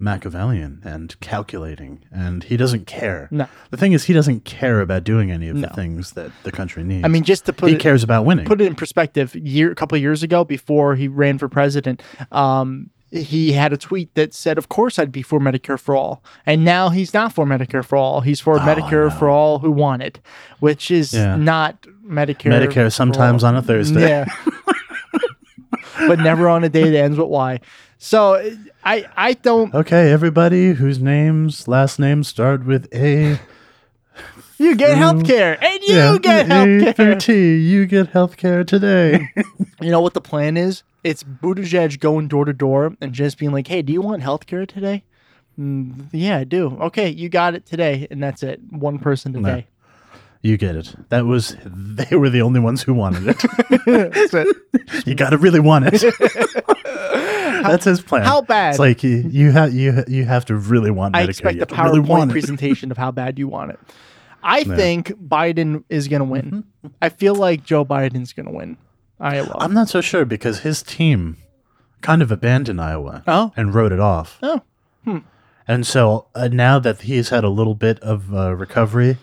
[SPEAKER 2] Machiavellian and calculating, and he doesn't care.
[SPEAKER 1] No.
[SPEAKER 2] The thing is, he doesn't care about doing any of
[SPEAKER 1] No.
[SPEAKER 2] the things that the country needs.
[SPEAKER 1] I mean, just to put
[SPEAKER 2] he
[SPEAKER 1] it,
[SPEAKER 2] cares about winning.
[SPEAKER 1] put it in perspective, year a couple of years ago, before he ran for president, um, he had a tweet that said, "Of course, I'd be for Medicare for all." And now he's not for Medicare for all. He's for Medicare for all who want it, which is
[SPEAKER 2] Oh, Yeah.
[SPEAKER 1] not Medicare.
[SPEAKER 2] Medicare sometimes on a Thursday.
[SPEAKER 1] yeah, but never on a day that ends with Y. So I I don't.
[SPEAKER 2] Okay, everybody whose names last names start with A.
[SPEAKER 1] You get health care, and you
[SPEAKER 2] Mm-hmm. yeah, Mm-hmm.
[SPEAKER 1] get
[SPEAKER 2] A
[SPEAKER 1] health
[SPEAKER 2] through
[SPEAKER 1] care.
[SPEAKER 2] T. You get healthcare today.
[SPEAKER 1] You know what the plan is? It's Buttigieg going door to door and just being like, "Hey, do you want healthcare today?" Mm, yeah, I do. Okay, you got it today, and that's it. One person today.
[SPEAKER 2] you get it. That was they were the only ones who wanted it.
[SPEAKER 1] That's it.
[SPEAKER 2] you got to really want it. That's his plan.
[SPEAKER 1] How bad?
[SPEAKER 2] It's like you, you have you ha- you have to really want Medicare.
[SPEAKER 1] I
[SPEAKER 2] you
[SPEAKER 1] expect a
[SPEAKER 2] have to really
[SPEAKER 1] PowerPoint
[SPEAKER 2] want it.
[SPEAKER 1] presentation of how bad you want it. I think Biden is going to win. I feel like Joe Biden's going to win Iowa.
[SPEAKER 2] Mm-hmm. I'm not so sure because his team kind of abandoned Iowa
[SPEAKER 1] Oh.
[SPEAKER 2] and wrote it off.
[SPEAKER 1] Oh.
[SPEAKER 2] And so uh, now that he's had a little bit of uh, recovery,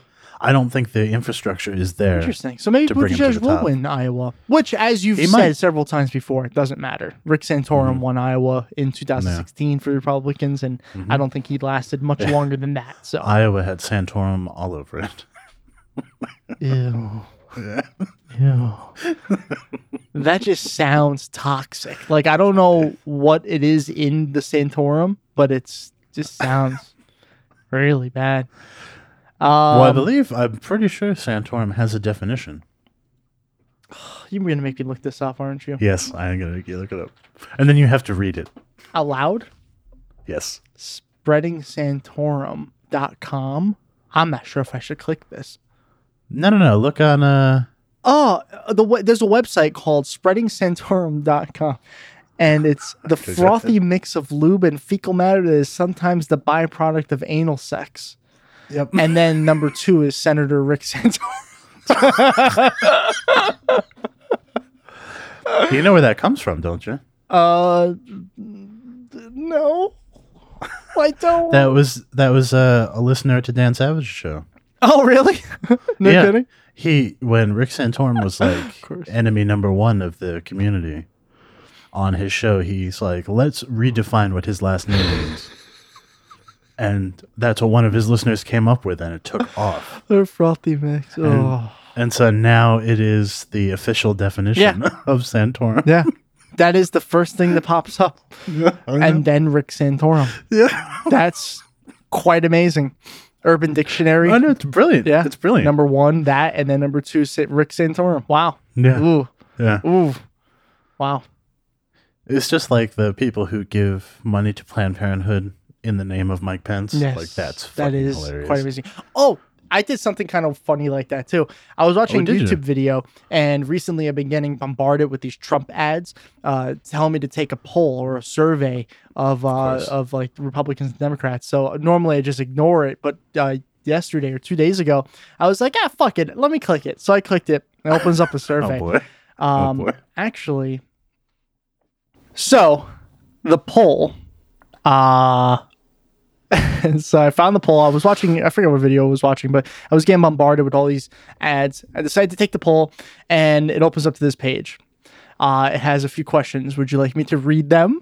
[SPEAKER 2] I don't think the infrastructure is there.
[SPEAKER 1] Interesting. So maybe
[SPEAKER 2] to bring him to
[SPEAKER 1] Buttigieg
[SPEAKER 2] the
[SPEAKER 1] will
[SPEAKER 2] top.
[SPEAKER 1] win Iowa, which, as you've
[SPEAKER 2] He
[SPEAKER 1] said
[SPEAKER 2] might. Mm-hmm.
[SPEAKER 1] several times before, it doesn't matter. Rick Santorum won Iowa in 2016 for Republicans, and
[SPEAKER 2] Mm-hmm.
[SPEAKER 1] I don't think he lasted much longer than that. So,
[SPEAKER 2] Iowa had Santorum all over it.
[SPEAKER 1] ew, ew. that just sounds toxic. Like I don't know what it is in the Santorum, but it's just sounds really bad. Um,
[SPEAKER 2] well, I believe I'm pretty sure Santorum has a definition.
[SPEAKER 1] you're gonna make me look this up, aren't you?
[SPEAKER 2] Yes, I'm gonna make you look it up, and then you have to read it.
[SPEAKER 1] Allowed.
[SPEAKER 2] Yes,
[SPEAKER 1] spreadingsantorum.com. I'm not sure if I should click this.
[SPEAKER 2] no, no, no. Look on uh,
[SPEAKER 1] Oh, the we- there's a website called spreadingsantorum.com. And it's the frothy mix of lube and fecal matter that is sometimes the byproduct of anal sex.
[SPEAKER 2] Yep.
[SPEAKER 1] And then number two is Senator Rick Santorum.
[SPEAKER 2] you know where that comes from, don't you?
[SPEAKER 1] Uh, no, I don't.
[SPEAKER 2] That was that was uh, a listener to Dan Savage's show.
[SPEAKER 1] oh, really? no
[SPEAKER 2] Yeah.
[SPEAKER 1] kidding.
[SPEAKER 2] He when Rick Santorum was like
[SPEAKER 1] course.
[SPEAKER 2] enemy number one of the community on his show, he's like, let's redefine what his last name means. And that's what one of his listeners came up with, and it took off.
[SPEAKER 1] The frothy mix. Oh.
[SPEAKER 2] And so now it is the official definition of Santorum.
[SPEAKER 1] Yeah. That is the first thing that pops up. and then Rick Santorum.
[SPEAKER 2] Yeah.
[SPEAKER 1] That's quite amazing. Urban Dictionary.
[SPEAKER 2] I know it's brilliant.
[SPEAKER 1] Yeah.
[SPEAKER 2] it's brilliant.
[SPEAKER 1] Number one, that, and then number two, Sa- Rick Santorum. Wow.
[SPEAKER 2] yeah,
[SPEAKER 1] Ooh.
[SPEAKER 2] yeah.
[SPEAKER 1] Ooh. Wow.
[SPEAKER 2] It's just like the people who give money to Planned Parenthood in the name of Mike Pence.
[SPEAKER 1] Yes.
[SPEAKER 2] Like that's
[SPEAKER 1] that
[SPEAKER 2] fucking
[SPEAKER 1] is
[SPEAKER 2] hilarious.
[SPEAKER 1] quite amazing. Oh, I did something kind of funny like that too. I was watching a
[SPEAKER 2] Oh, did you?
[SPEAKER 1] YouTube video, and recently I've been getting bombarded with these Trump ads uh, telling me to take a poll or a survey of uh,
[SPEAKER 2] course.
[SPEAKER 1] of like Republicans and Democrats. So normally I just ignore it, but uh, yesterday or two days ago, I was like, ah, fuck it, let me click it. So I clicked it. It opens up a survey.
[SPEAKER 2] Oh boy.
[SPEAKER 1] Um,
[SPEAKER 2] boy.
[SPEAKER 1] Actually, so the poll. Uh, so I found the poll. I was watching, I forget what video I was watching, but I was getting bombarded with all these ads. I decided to take the poll, and it opens up to this page. Uh, it has a few questions. Would you like me to read them?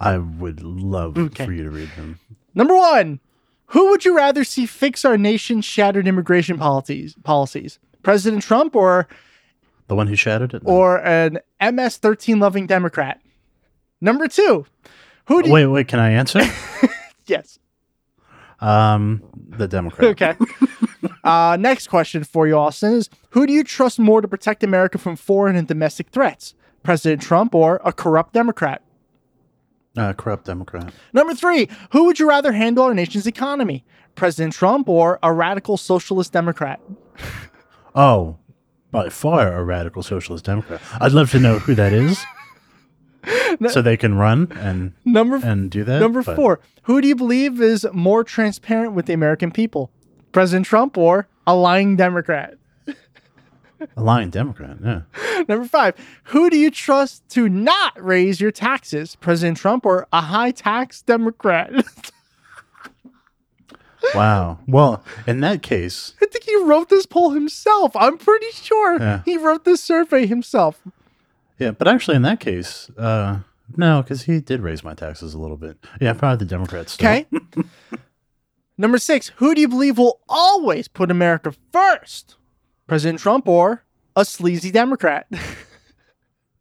[SPEAKER 2] I would love
[SPEAKER 1] Okay.
[SPEAKER 2] for you to read them.
[SPEAKER 1] Number one, who would you rather see fix our nation's shattered immigration policies? Policies, President Trump or
[SPEAKER 2] The one who shattered it. No.
[SPEAKER 1] or an MS-13 loving Democrat? Number two, who do you,
[SPEAKER 2] Oh, wait, wait. Can I answer?
[SPEAKER 1] yes?
[SPEAKER 2] um, the Democrat.
[SPEAKER 1] Okay. uh, next question for you, Austin, is who do you trust more to protect America from foreign and domestic threats? President Trump or a corrupt Democrat?
[SPEAKER 2] Uh, corrupt Democrat.
[SPEAKER 1] Number three, who would you rather handle our nation's economy? President Trump or a radical socialist Democrat?
[SPEAKER 2] Oh, by far a radical socialist Democrat. I'd love to know who that is, so they can run and
[SPEAKER 1] Number
[SPEAKER 2] and do that.
[SPEAKER 1] number
[SPEAKER 2] but
[SPEAKER 1] four, who do you believe is more transparent with the American people? President Trump or a lying Democrat?
[SPEAKER 2] A lying Democrat, yeah.
[SPEAKER 1] Number five, who do you trust to not raise your taxes, President Trump or a high tax Democrat?
[SPEAKER 2] Wow. Well, in that case,
[SPEAKER 1] I think he wrote this poll himself. I'm pretty sure
[SPEAKER 2] Yeah.
[SPEAKER 1] he wrote this survey himself.
[SPEAKER 2] yeah, but actually in that case, uh no, because he did raise my taxes a little bit. Yeah, probably the Democrats. still.
[SPEAKER 1] Okay. Number six, who do you believe will always put America first, President Trump or a sleazy Democrat?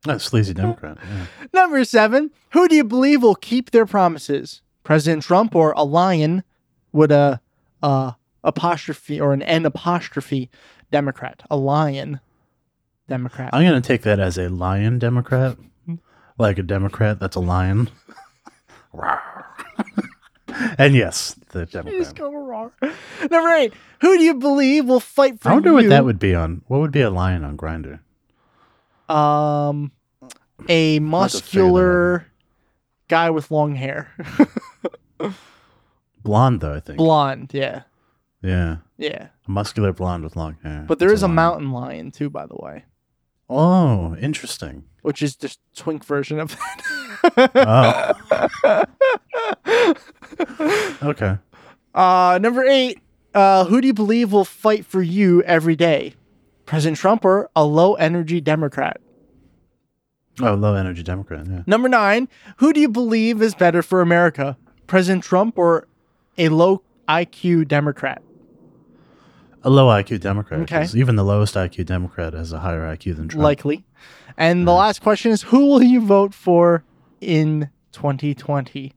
[SPEAKER 2] Oh, sleazy Democrat. Yeah.
[SPEAKER 1] Number seven, who do you believe will keep their promises, President Trump or a lion with a, a apostrophe or an N apostrophe Democrat, a lion Democrat?
[SPEAKER 2] I'm gonna take that as a lion Democrat, like a Democrat that's a lion. Rawr. and yes, the
[SPEAKER 1] You just
[SPEAKER 2] Democrat.
[SPEAKER 1] go wrong. Number eight, who do you believe will fight for
[SPEAKER 2] I wonder what
[SPEAKER 1] you?
[SPEAKER 2] that would be on. What would be a lion on Grinder?
[SPEAKER 1] Um, a
[SPEAKER 2] have to figure that out.
[SPEAKER 1] muscular guy with long hair,
[SPEAKER 2] Blonde, though I think.
[SPEAKER 1] blonde. Yeah,
[SPEAKER 2] yeah,
[SPEAKER 1] yeah.
[SPEAKER 2] a muscular blonde with long hair.
[SPEAKER 1] But there
[SPEAKER 2] It's
[SPEAKER 1] is a
[SPEAKER 2] lion.
[SPEAKER 1] mountain lion too, by the way,
[SPEAKER 2] Oh, interesting.
[SPEAKER 1] which is just twink version of that.
[SPEAKER 2] Oh, okay.
[SPEAKER 1] uh, number eight. Uh, who do you believe will fight for you every day? President Trump or a low energy Democrat?
[SPEAKER 2] Oh, low energy Democrat. Yeah.
[SPEAKER 1] Number nine, who do you believe is better for America? President Trump or a low IQ Democrat?
[SPEAKER 2] A low IQ Democrat.
[SPEAKER 1] Okay.
[SPEAKER 2] 'cause Even the lowest IQ Democrat has a higher IQ than Trump.
[SPEAKER 1] Likely. And the last question is who will you vote for in 2020?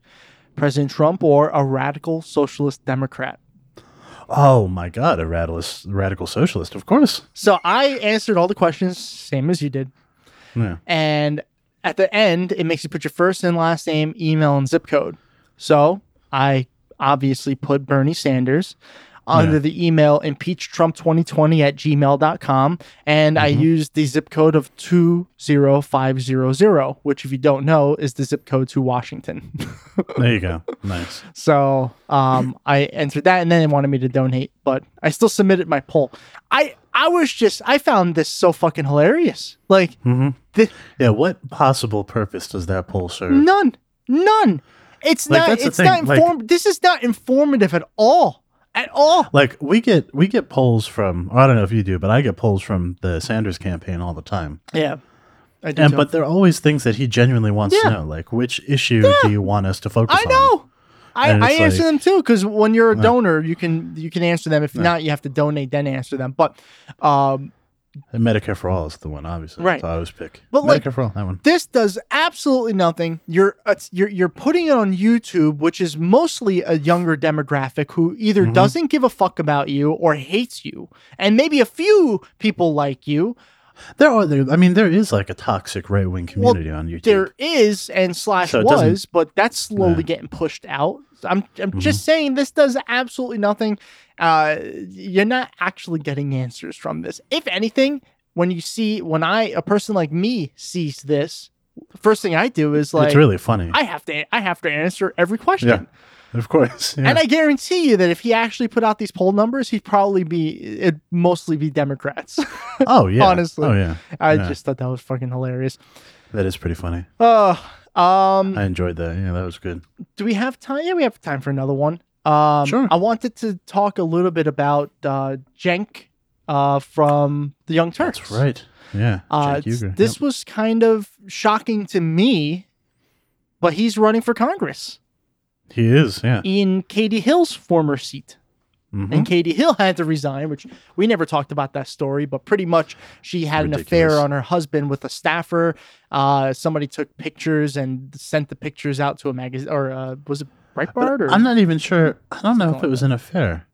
[SPEAKER 1] President Trump or a radical socialist Democrat?
[SPEAKER 2] oh my God, a radical, radical socialist, of course.
[SPEAKER 1] So I answered all the questions, same as you did.
[SPEAKER 2] Yeah.
[SPEAKER 1] And at the end, it makes you put your first and last name, email, and zip code. So I obviously put Bernie Sanders under
[SPEAKER 2] Yeah.
[SPEAKER 1] the email impeachtrump2020 at gmail.com. And I used the zip code of 20500, which, if you don't know, is the zip code to Washington.
[SPEAKER 2] There you go. Nice.
[SPEAKER 1] So um, I entered that, and then it wanted me to donate, but I still submitted my poll. I I was just I found this so fucking hilarious. Like thi-
[SPEAKER 2] Yeah. What possible purpose does that poll serve?
[SPEAKER 1] none, none. It's
[SPEAKER 2] Like,
[SPEAKER 1] not.
[SPEAKER 2] that's the
[SPEAKER 1] It's not
[SPEAKER 2] thing, like-
[SPEAKER 1] inform. this is not informative at all. At all.
[SPEAKER 2] Like we get we get polls from I don't know if you do, but I get polls from the Sanders campaign all the time.
[SPEAKER 1] Yeah. I do
[SPEAKER 2] And
[SPEAKER 1] too.
[SPEAKER 2] but they're always things that he genuinely wants
[SPEAKER 1] Yeah.
[SPEAKER 2] to know, like which issue do you want us to focus
[SPEAKER 1] I
[SPEAKER 2] on?
[SPEAKER 1] know. I,
[SPEAKER 2] And
[SPEAKER 1] I
[SPEAKER 2] it's
[SPEAKER 1] answer
[SPEAKER 2] like-
[SPEAKER 1] them too because when you're a donor, you can you can answer them. If not, you have to donate then answer them. But um,
[SPEAKER 2] And Medicare for all is the one, obviously.
[SPEAKER 1] Right.
[SPEAKER 2] So I always pick
[SPEAKER 1] But,
[SPEAKER 2] Medicare
[SPEAKER 1] like-
[SPEAKER 2] for all. That one.
[SPEAKER 1] this does absolutely nothing. You're it's, you're you're putting it on YouTube, which is mostly a younger demographic who either
[SPEAKER 2] Mm-hmm.
[SPEAKER 1] doesn't give a fuck about you or hates you, and maybe a few people like you.
[SPEAKER 2] There are. There, I mean, there is like a toxic right wing community on YouTube.
[SPEAKER 1] There is and slash
[SPEAKER 2] So it doesn't-
[SPEAKER 1] was, but that's slowly getting pushed out. I'm I'm
[SPEAKER 2] Mm-hmm.
[SPEAKER 1] just saying this does absolutely nothing. Uh, you're not actually getting answers from this. If anything, when you see when I a person like me sees this, first thing I do is like
[SPEAKER 2] it's really funny.
[SPEAKER 1] I have to I have to answer every question.
[SPEAKER 2] yeah. Of course. Yeah.
[SPEAKER 1] And I guarantee you that if he actually put out these poll numbers, he'd probably be it'd mostly be Democrats.
[SPEAKER 2] oh yeah.
[SPEAKER 1] honestly.
[SPEAKER 2] Oh yeah.
[SPEAKER 1] I
[SPEAKER 2] Yeah.
[SPEAKER 1] just thought that was fucking hilarious.
[SPEAKER 2] That is pretty funny.
[SPEAKER 1] Uh um
[SPEAKER 2] I enjoyed that. Yeah, that was good.
[SPEAKER 1] do we have time? Yeah, we have time for another one. Um
[SPEAKER 2] Sure.
[SPEAKER 1] I wanted to talk a little bit about uh Jenk uh from the Young Turks.
[SPEAKER 2] That's right. Yeah.
[SPEAKER 1] Uh,
[SPEAKER 2] Jake Uger.
[SPEAKER 1] this
[SPEAKER 2] Yep.
[SPEAKER 1] was kind of shocking to me, but he's running for Congress
[SPEAKER 2] he is. Yeah.
[SPEAKER 1] in Katie Hill's former seat.
[SPEAKER 2] Mhm.
[SPEAKER 1] and Katie Hill had to resign, which we never talked about that story, but pretty much she had an affair
[SPEAKER 2] Ridiculous.
[SPEAKER 1] on her husband with a staffer. Uh, somebody took pictures and sent the pictures out to a magazine, or uh, was it Breitbart? Or
[SPEAKER 2] I'm not even sure. I don't know if
[SPEAKER 1] Something
[SPEAKER 2] it was an affair.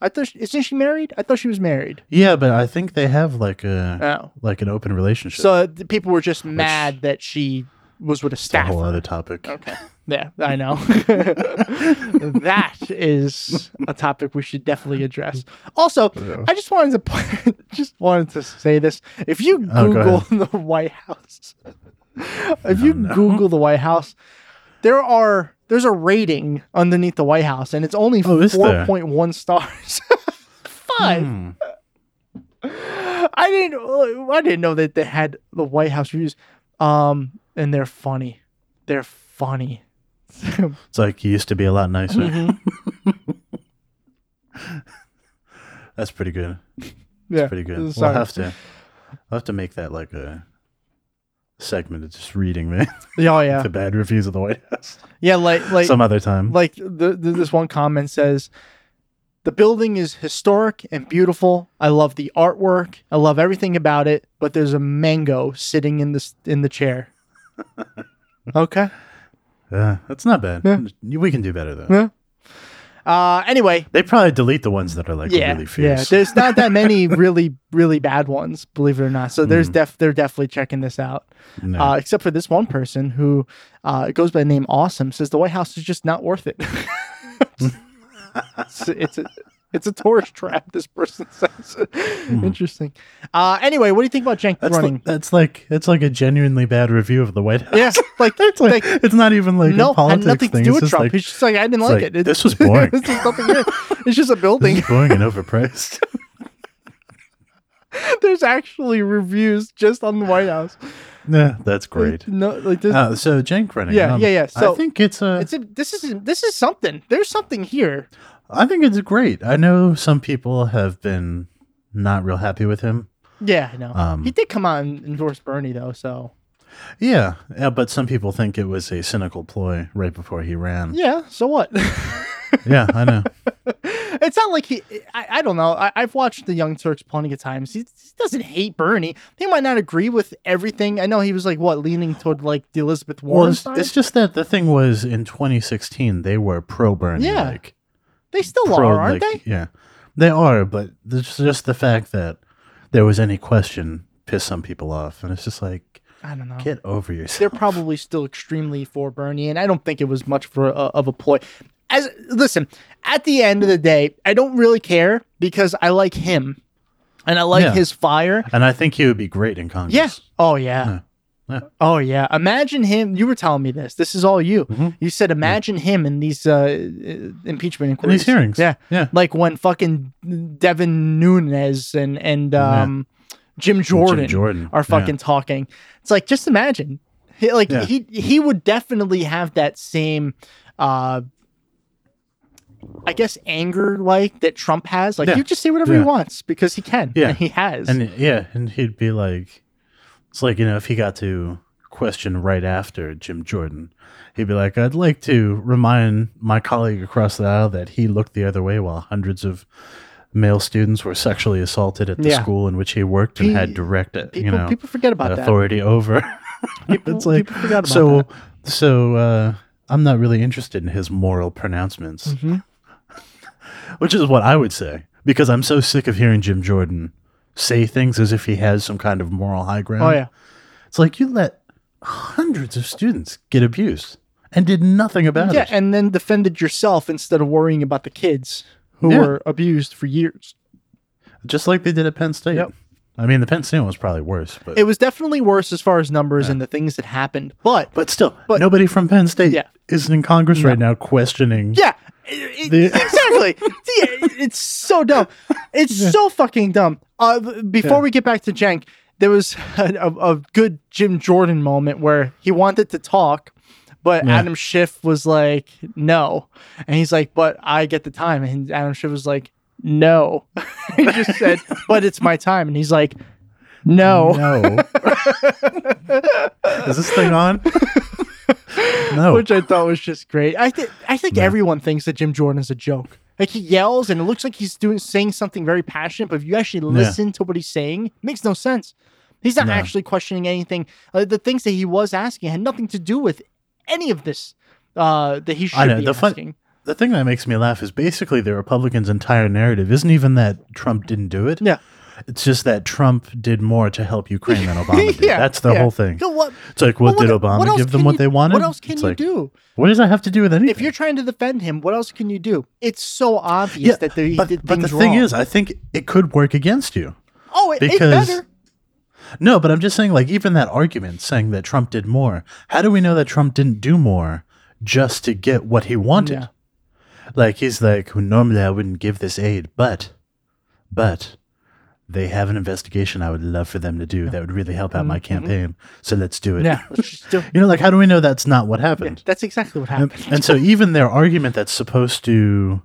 [SPEAKER 1] I thought she, isn't she married? I thought she was married.
[SPEAKER 2] Yeah, but I think they have like a
[SPEAKER 1] Oh,
[SPEAKER 2] like an open relationship.
[SPEAKER 1] so the people were just mad that she was with a
[SPEAKER 2] It's a whole
[SPEAKER 1] staffer.
[SPEAKER 2] other topic.
[SPEAKER 1] Okay. Yeah, I know. that is a topic we should definitely address. Also, I just wanted to po- just wanted to say this. If you
[SPEAKER 2] Oh, go
[SPEAKER 1] Google the White House, if you Google the White House, there are there's a rating underneath the White House, and it's only
[SPEAKER 2] Oh, is
[SPEAKER 1] four
[SPEAKER 2] there?
[SPEAKER 1] point one stars. Five.
[SPEAKER 2] Hmm.
[SPEAKER 1] I didn't. I didn't know that they had the White House reviews. Um, and they're funny. They're funny.
[SPEAKER 2] It's like you used to be a lot nicer.
[SPEAKER 1] Mhm.
[SPEAKER 2] That's pretty good.
[SPEAKER 1] Yeah,
[SPEAKER 2] Pretty good.
[SPEAKER 1] Sorry.
[SPEAKER 2] We'll have to I'll have to make that like a segment of just reading man.
[SPEAKER 1] Yeah, oh yeah,
[SPEAKER 2] the bad reviews of the White House
[SPEAKER 1] yeah. Like like
[SPEAKER 2] some other time.
[SPEAKER 1] like the, the, this one comment says, "The building is historic and beautiful. I love the artwork. I love everything about it. But there's a mango sitting in the s- in the chair." okay.
[SPEAKER 2] yeah, that's not bad. We can do better though.
[SPEAKER 1] Yeah. Uh, anyway,
[SPEAKER 2] They probably delete the ones that are like
[SPEAKER 1] yeah,
[SPEAKER 2] really
[SPEAKER 1] yeah.
[SPEAKER 2] fierce.
[SPEAKER 1] There's not that many really really bad ones, believe it or not. So
[SPEAKER 2] Mm.
[SPEAKER 1] there's def they're definitely checking this out.
[SPEAKER 2] No.
[SPEAKER 1] Uh, except for this one person who uh, goes by the name Awesome says the White House is just not worth it. it's, it's a it's a tourist trap. This person says. Interesting. Uh, anyway, what do you think about Jenkins
[SPEAKER 2] Hmm. that's,
[SPEAKER 1] running?
[SPEAKER 2] li- that's like it's like a genuinely bad review of the White House.
[SPEAKER 1] yeah, like
[SPEAKER 2] it's, like,
[SPEAKER 1] like,
[SPEAKER 2] it's not even like
[SPEAKER 1] no,
[SPEAKER 2] a
[SPEAKER 1] had
[SPEAKER 2] politics
[SPEAKER 1] nothing to
[SPEAKER 2] thing.
[SPEAKER 1] do
[SPEAKER 2] It's
[SPEAKER 1] with
[SPEAKER 2] just
[SPEAKER 1] Trump.
[SPEAKER 2] like,
[SPEAKER 1] He's just like I didn't
[SPEAKER 2] it's
[SPEAKER 1] like,
[SPEAKER 2] like,
[SPEAKER 1] it. It's-
[SPEAKER 2] this was boring.
[SPEAKER 1] it's just nothing good. It's just a building.
[SPEAKER 2] it's boring and overpriced.
[SPEAKER 1] There's actually reviews just on the White House.
[SPEAKER 2] yeah, that's great.
[SPEAKER 1] No, like this.
[SPEAKER 2] Uh, so Jenk running.
[SPEAKER 1] Yeah,
[SPEAKER 2] um,
[SPEAKER 1] yeah, yeah. So-
[SPEAKER 2] I think it's uh, a.
[SPEAKER 1] it's a, this is this is something. There's something here.
[SPEAKER 2] I think it's great. I know some people have been not real happy with him.
[SPEAKER 1] Yeah, I know.
[SPEAKER 2] Um,
[SPEAKER 1] he did come out and endorse Bernie though, so
[SPEAKER 2] Yeah, yeah, but some people think it was a cynical ploy right before he ran. Yeah,
[SPEAKER 1] yeah. So what?
[SPEAKER 2] I know.
[SPEAKER 1] it's not like he. I, I don't know. I, I've watched the Young Turks plenty of times. He, he doesn't hate Bernie. He might not agree with everything. I know he was like what leaning toward like the Elizabeth
[SPEAKER 2] well,
[SPEAKER 1] Warren
[SPEAKER 2] it's,
[SPEAKER 1] side.
[SPEAKER 2] it's just that the thing was in 2016 they were pro Bernie.
[SPEAKER 1] Yeah.
[SPEAKER 2] like,
[SPEAKER 1] they still
[SPEAKER 2] pro,
[SPEAKER 1] are, aren't
[SPEAKER 2] like, Yeah, they are. But it's just the fact that there was any question pissed some people off, and it's just like
[SPEAKER 1] they? I don't know.
[SPEAKER 2] get over yourself.
[SPEAKER 1] They're probably still extremely for Bernie, and I don't think it was much for uh, of a ploy. As listen, at the end of the day, I don't really care because I like him, and I like
[SPEAKER 2] Yeah.
[SPEAKER 1] his fire.
[SPEAKER 2] And I think he would be great in Congress.
[SPEAKER 1] Yeah. Oh yeah.
[SPEAKER 2] Yeah.
[SPEAKER 1] Oh yeah. Imagine him. You were telling me this. This is all you.
[SPEAKER 2] Mhm.
[SPEAKER 1] You said imagine him in these uh, uh, impeachment
[SPEAKER 2] in
[SPEAKER 1] inquiries.
[SPEAKER 2] these hearings.
[SPEAKER 1] Yeah.
[SPEAKER 2] yeah.
[SPEAKER 1] Like when fucking Devin Nunes and and
[SPEAKER 2] Yeah.
[SPEAKER 1] um, Jim Jordan
[SPEAKER 2] Jim Jordan
[SPEAKER 1] are
[SPEAKER 2] Yeah.
[SPEAKER 1] fucking talking. It's like just imagine. He, like
[SPEAKER 2] Yeah.
[SPEAKER 1] he he would definitely have that same. Uh, I guess anger like that Trump has. Like
[SPEAKER 2] Yeah.
[SPEAKER 1] you just say whatever
[SPEAKER 2] Yeah.
[SPEAKER 1] he wants because he can.
[SPEAKER 2] Yeah.
[SPEAKER 1] And he has.
[SPEAKER 2] And yeah, and he'd be like, it's like, you know, if he got to question right after Jim Jordan, he'd be like, I'd like to remind my colleague across the aisle that he looked the other way while hundreds of male students were sexually assaulted at the
[SPEAKER 1] Yeah.
[SPEAKER 2] school in which he worked and
[SPEAKER 1] Pe-
[SPEAKER 2] had direct, uh,
[SPEAKER 1] people
[SPEAKER 2] you know,
[SPEAKER 1] people forget about that.
[SPEAKER 2] authority over.
[SPEAKER 1] People-
[SPEAKER 2] it's like,
[SPEAKER 1] people forgot about
[SPEAKER 2] so, so, uh, I'm not really interested in his moral pronouncements,
[SPEAKER 1] Mhm.
[SPEAKER 2] which is what I would say because I'm so sick of hearing Jim Jordan say things as if he has some kind of moral high ground.
[SPEAKER 1] Oh yeah.
[SPEAKER 2] It's like you let hundreds of students get abused and did nothing about
[SPEAKER 1] Yeah,
[SPEAKER 2] it.
[SPEAKER 1] and then defended yourself instead of worrying about the kids who
[SPEAKER 2] Yeah.
[SPEAKER 1] were abused for years.
[SPEAKER 2] Just like they did at Penn State.
[SPEAKER 1] Yep.
[SPEAKER 2] I mean, the Penn State one was probably worse, but
[SPEAKER 1] It was definitely worse as far as numbers and the things that happened. But
[SPEAKER 2] but still,
[SPEAKER 1] but-
[SPEAKER 2] nobody from Penn State
[SPEAKER 1] Yeah.
[SPEAKER 2] is in Congress right now questioning.
[SPEAKER 1] yeah, it- it-
[SPEAKER 2] The-
[SPEAKER 1] exactly. Yeah, it- it's so dumb. It's so fucking dumb. Uh, b- before we get back to Jenk, there was a, a, a good Jim Jordan moment where he wanted to talk. But Adam Schiff was like, no. And he's like, but I get the time. And Adam Schiff was like, no. he just said, but it's my time. And he's like, no.
[SPEAKER 2] No. is this thing on? no.
[SPEAKER 1] which I thought was just great. I think I think everyone thinks that Jim Jordan is a joke. Like he yells and it looks like he's doing saying something very passionate, but if you actually listen to what he's saying, it makes no sense. He's not
[SPEAKER 2] No.
[SPEAKER 1] actually questioning anything. Uh, the things that he was asking had nothing to do with any of this uh, that he should
[SPEAKER 2] I know,
[SPEAKER 1] be
[SPEAKER 2] the fun-
[SPEAKER 1] asking.
[SPEAKER 2] the thing that makes me laugh is basically the Republicans' entire narrative isn't even that Trump didn't do it.
[SPEAKER 1] Yeah.
[SPEAKER 2] It's just that Trump did more to help Ukraine than Obama did. That's the
[SPEAKER 1] yeah.
[SPEAKER 2] whole thing.
[SPEAKER 1] So what,
[SPEAKER 2] It's like, well,
[SPEAKER 1] well,
[SPEAKER 2] did
[SPEAKER 1] what-
[SPEAKER 2] Obama
[SPEAKER 1] what else
[SPEAKER 2] give them
[SPEAKER 1] can
[SPEAKER 2] what
[SPEAKER 1] you-
[SPEAKER 2] they wanted?
[SPEAKER 1] What else can
[SPEAKER 2] It's
[SPEAKER 1] you
[SPEAKER 2] like,
[SPEAKER 1] do?
[SPEAKER 2] What does that have to do with anything?
[SPEAKER 1] If you're trying to defend him, what else can you do? It's so obvious
[SPEAKER 2] yeah,
[SPEAKER 1] that they, he
[SPEAKER 2] but,
[SPEAKER 1] did
[SPEAKER 2] but the
[SPEAKER 1] things
[SPEAKER 2] thing
[SPEAKER 1] wrong.
[SPEAKER 2] is, I think it could work against you.
[SPEAKER 1] oh, it,
[SPEAKER 2] because-
[SPEAKER 1] it's better.
[SPEAKER 2] No, but I'm just saying, like, even that argument saying that Trump did more, how do we know that Trump didn't do more just to get what he wanted?
[SPEAKER 1] Yeah.
[SPEAKER 2] Like, he's like, normally I wouldn't give this aid, but, but they have an investigation I would love for them to do that would really help out my campaign. So let's do it.
[SPEAKER 1] Mm-hmm. Yeah, let's just do it.
[SPEAKER 2] You know, like, how do we know that's not what happened?
[SPEAKER 1] That's exactly what
[SPEAKER 2] And,
[SPEAKER 1] happened.
[SPEAKER 2] and so even their argument that's supposed to,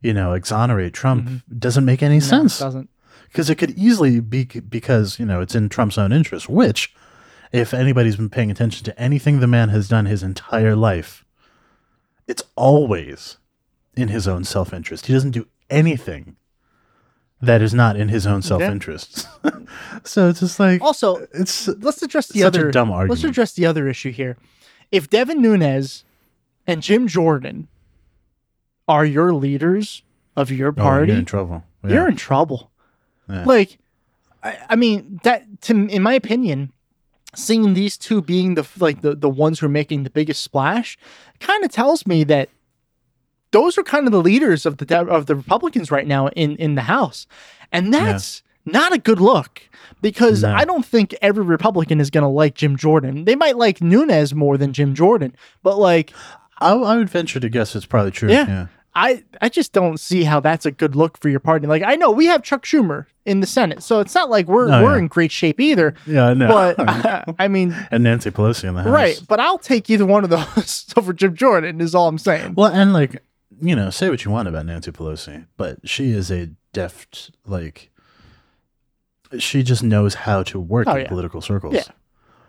[SPEAKER 2] you know, exonerate Trump doesn't make any
[SPEAKER 1] Mm-hmm. No, it
[SPEAKER 2] sense
[SPEAKER 1] doesn't.
[SPEAKER 2] because it could easily be c- because you know it's in Trump's own interest. Which, if anybody's been paying attention to anything the man has done his entire life, it's always in his own self interest. He doesn't do anything that is not in his own self interest. so it's just like
[SPEAKER 1] Also,
[SPEAKER 2] it's
[SPEAKER 1] let's address the
[SPEAKER 2] Such a
[SPEAKER 1] other
[SPEAKER 2] dumb
[SPEAKER 1] Let's
[SPEAKER 2] argument.
[SPEAKER 1] address the other issue here. If Devin Nunes and Jim Jordan are your leaders of your
[SPEAKER 2] oh,
[SPEAKER 1] party,
[SPEAKER 2] you're in trouble. Yeah.
[SPEAKER 1] you're in trouble.
[SPEAKER 2] Yeah.
[SPEAKER 1] Like, I, I mean, that to m- in my opinion, seeing these two being the f- like the the ones who are making the biggest splash, kind of tells me that those are kind of the leaders of the De- of the Republicans right now in in the House, and that's. Not a good look because
[SPEAKER 2] No.
[SPEAKER 1] I don't think every Republican is going to like Jim Jordan. They might like Nunes more than Jim Jordan, but like
[SPEAKER 2] I, I would venture to guess it's probably true.
[SPEAKER 1] Yeah.
[SPEAKER 2] yeah.
[SPEAKER 1] I I just don't see how that's a good look for your party. Like I know we have Chuck Schumer in the Senate, so it's not like we're
[SPEAKER 2] Oh,
[SPEAKER 1] we're
[SPEAKER 2] yeah.
[SPEAKER 1] in great shape either.
[SPEAKER 2] Yeah, I know.
[SPEAKER 1] But I mean,
[SPEAKER 2] and Nancy Pelosi in the house.
[SPEAKER 1] right? But I'll take either one of those over Jim Jordan. Is all I'm saying.
[SPEAKER 2] Well, and like, you know, say what you want about Nancy Pelosi, but she is a deft, like, she just knows how to work
[SPEAKER 1] Oh,
[SPEAKER 2] in
[SPEAKER 1] yeah.
[SPEAKER 2] political circles.
[SPEAKER 1] Yeah.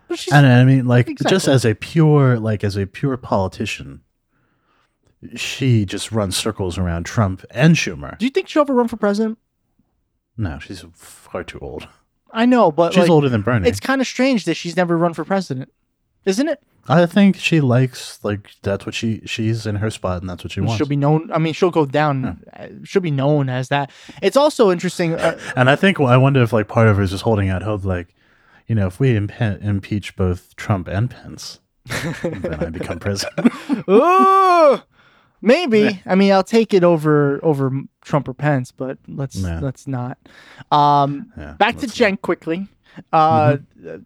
[SPEAKER 1] But she's-
[SPEAKER 2] And I mean, like, just
[SPEAKER 1] Exactly.
[SPEAKER 2] as a pure, like, as a pure politician, she just runs circles around Trump and Schumer.
[SPEAKER 1] do you think she'll ever run for president?
[SPEAKER 2] No, she's far too old.
[SPEAKER 1] I know, but
[SPEAKER 2] She's
[SPEAKER 1] like,
[SPEAKER 2] older than Bernie.
[SPEAKER 1] it's kind of strange that she's never run for president, isn't it?
[SPEAKER 2] I think she likes, like, that's what she, she's in her spot and that's what she wants.
[SPEAKER 1] She'll be known. I mean, she'll go down. uh, She'll be known as that. It's also interesting. Uh,
[SPEAKER 2] And I think well, I wonder if like part of it is just holding out hope, like, you know, if we impe- impeach both Trump and Pence, then I become president.
[SPEAKER 1] Ooh, maybe. I mean, I'll take it over over Trump or Pence, but let's
[SPEAKER 2] Yeah.
[SPEAKER 1] let's not. Um,
[SPEAKER 2] Yeah,
[SPEAKER 1] back to
[SPEAKER 2] let's Mm-hmm.
[SPEAKER 1] Jen quickly. Uh,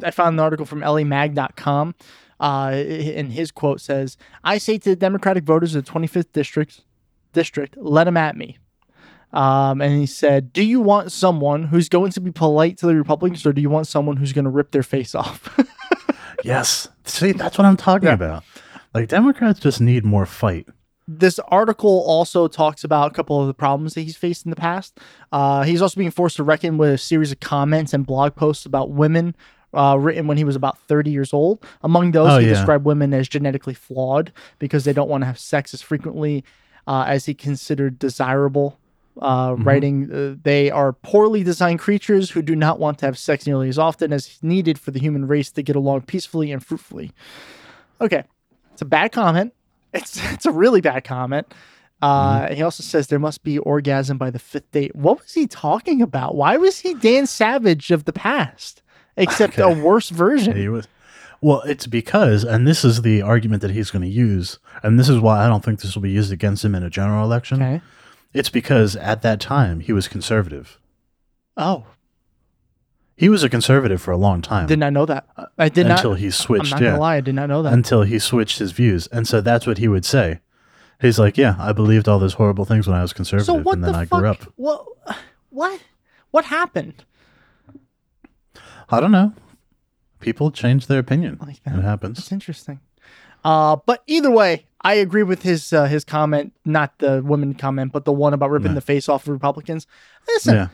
[SPEAKER 1] I found an article from LAMag.com. Uh, and his quote says, "I say to the Democratic voters of the 25th district, district, let them at me." Um, and he said, "Do you want someone who's going to be polite to the Republicans, or do you want someone who's going to rip their face off?"
[SPEAKER 2] yes, see, that's what I'm talking about. Like Democrats just need more fight.
[SPEAKER 1] this article also talks about a couple of the problems that he's faced in the past. Uh, he's also being forced to reckon with a series of comments and blog posts about women uh, written when he was about 30 years old. Among those,
[SPEAKER 2] Oh,
[SPEAKER 1] he
[SPEAKER 2] yeah.
[SPEAKER 1] described women as genetically flawed because they don't want to have sex as frequently uh, as he considered desirable. Uh,
[SPEAKER 2] Mm-hmm.
[SPEAKER 1] Writing, uh, they are poorly designed creatures who do not want to have sex nearly as often as needed for the human race to get along peacefully and fruitfully. Okay, it's a bad comment. It's it's a really bad comment. Uh,
[SPEAKER 2] Mm-hmm.
[SPEAKER 1] He also says there must be orgasm by the fifth date. What was he talking about? Why was he Dan Savage of the past, except a
[SPEAKER 2] Okay.
[SPEAKER 1] worse version?
[SPEAKER 2] He was- well, it's because, and this is the argument that he's going to use, and this is why I don't think this will be used against him in a general election.
[SPEAKER 1] Okay.
[SPEAKER 2] It's because at that time he was conservative.
[SPEAKER 1] Oh,
[SPEAKER 2] He was a conservative for a long time
[SPEAKER 1] did not know that. I did
[SPEAKER 2] until
[SPEAKER 1] not.
[SPEAKER 2] he
[SPEAKER 1] I'm
[SPEAKER 2] switched.
[SPEAKER 1] not
[SPEAKER 2] yeah.
[SPEAKER 1] gonna lie. I did not know that.
[SPEAKER 2] until he switched his views. And so that's what he would say. He's like, Yeah, I believed all those horrible things when I was conservative
[SPEAKER 1] so what
[SPEAKER 2] and then
[SPEAKER 1] the
[SPEAKER 2] I
[SPEAKER 1] fuck?
[SPEAKER 2] grew up.
[SPEAKER 1] What? What? What happened?
[SPEAKER 2] I don't know. People change their opinion.
[SPEAKER 1] Like that.
[SPEAKER 2] it happens.
[SPEAKER 1] It's interesting. Uh, but either way, I agree with his uh, his comment, not the women comment, but the one about ripping
[SPEAKER 2] No.
[SPEAKER 1] the face off of Republicans. Listen,
[SPEAKER 2] Yeah.